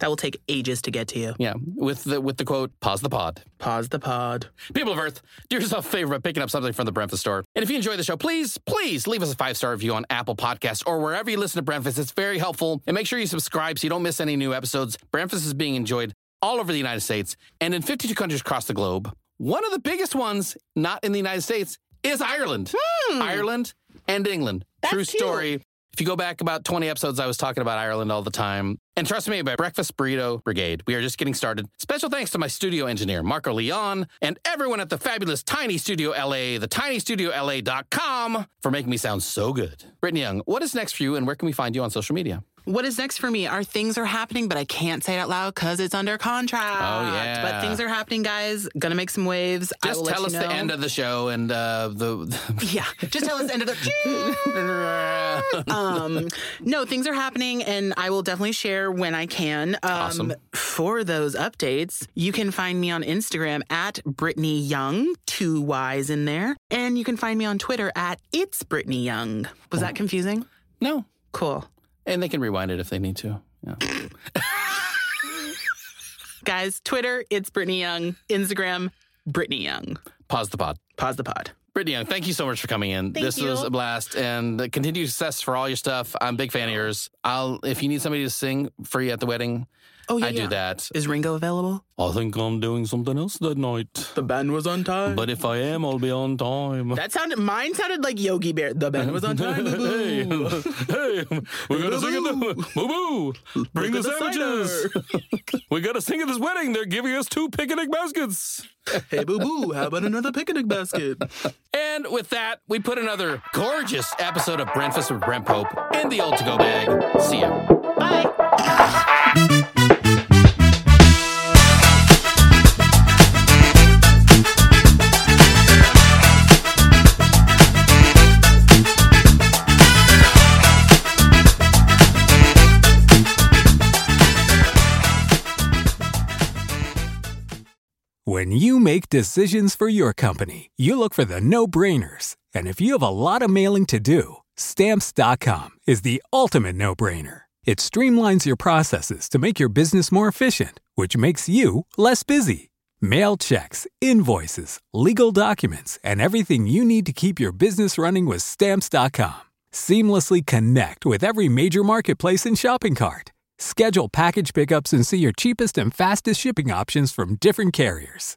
[SPEAKER 6] That will take ages to get to you.
[SPEAKER 1] Yeah, with the with the quote, pause the pod.
[SPEAKER 6] Pause the pod.
[SPEAKER 1] People of Earth, do yourself a favor by picking up something from the Breakfast Store. And if you enjoy the show, please, please leave us a five star review on Apple Podcasts or wherever you listen to Breakfast. It's very helpful. And make sure you subscribe so you don't miss any new episodes. Breakfast is being enjoyed all over the United States and in 52 countries across the globe. One of the biggest ones, not in the United States, is Ireland. Ireland and England. True
[SPEAKER 6] Hmm. cute.
[SPEAKER 1] story. If you go back about 20 episodes, I was talking about Ireland all the time. And trust me, by Breakfast Burrito Brigade, we are just getting started. Special thanks to my studio engineer, Marco Leon, and everyone at the fabulous Tiny Studio LA, the tinystudiolA.com, for making me sound so good. Brittany Young, what is next for you and where can we find you on social media?
[SPEAKER 6] What is next for me? Our things are happening, but I can't say it out loud because it's under contract.
[SPEAKER 1] Oh, yeah.
[SPEAKER 6] But things are happening, guys. Gonna make some waves. I
[SPEAKER 1] Just
[SPEAKER 6] will
[SPEAKER 1] tell
[SPEAKER 6] let
[SPEAKER 1] us
[SPEAKER 6] you
[SPEAKER 1] the
[SPEAKER 6] know.
[SPEAKER 1] end of the show and uh, the.
[SPEAKER 6] Yeah, just tell us the end of the. um, no, things are happening, and I will definitely share when I can. Um,
[SPEAKER 1] Awesome.
[SPEAKER 6] For those updates, you can find me on Instagram at Brittany Young, two Y's in there, and you can find me on Twitter at It's Brittany Young. Was
[SPEAKER 1] Oh.
[SPEAKER 6] that confusing?
[SPEAKER 1] no.
[SPEAKER 6] Cool.
[SPEAKER 1] And they can rewind it if they need to. Yeah.
[SPEAKER 6] Guys, Twitter, it's Brittany Young. Instagram, Brittany Young.
[SPEAKER 1] Pause the pod.
[SPEAKER 6] Pause the pod.
[SPEAKER 1] Brittany Young, thank you so much for coming in.
[SPEAKER 6] Thank
[SPEAKER 1] this
[SPEAKER 6] you.
[SPEAKER 1] was a blast and the continued success for all your stuff. I'm a big fan of yours. I'll if you need somebody to sing for you at the wedding,
[SPEAKER 6] Oh, yeah,
[SPEAKER 1] I do
[SPEAKER 6] yeah.
[SPEAKER 1] that.
[SPEAKER 6] Is Ringo available?
[SPEAKER 1] I think I'm doing something else that night.
[SPEAKER 6] The band was on time.
[SPEAKER 1] But if I am, I'll be on time.
[SPEAKER 6] that sounded mine sounded like Yogi Bear. The band was on time.
[SPEAKER 1] hey,
[SPEAKER 6] boo-boo.
[SPEAKER 1] hey, we're gonna sing at the boo boo. Bring the
[SPEAKER 6] Look at the
[SPEAKER 1] sandwiches. we gotta sing at this wedding. They're giving us two picnic baskets.
[SPEAKER 6] hey boo boo, how about another picnic basket?
[SPEAKER 1] And with that, we put another gorgeous episode of Breakfast with Brent Pope in the old to go bag. See ya.
[SPEAKER 7] When you make decisions for your company, you look for the no brainers. And if you have a lot of mailing to do, stamps.com is the ultimate no brainer. It streamlines your processes to make your business more efficient, which makes you less busy. Mail checks, invoices, legal documents, and everything you need to keep your business running with stamps.com. Seamlessly connect with every major marketplace and shopping cart. Schedule package pickups and see your cheapest and fastest shipping options from different carriers,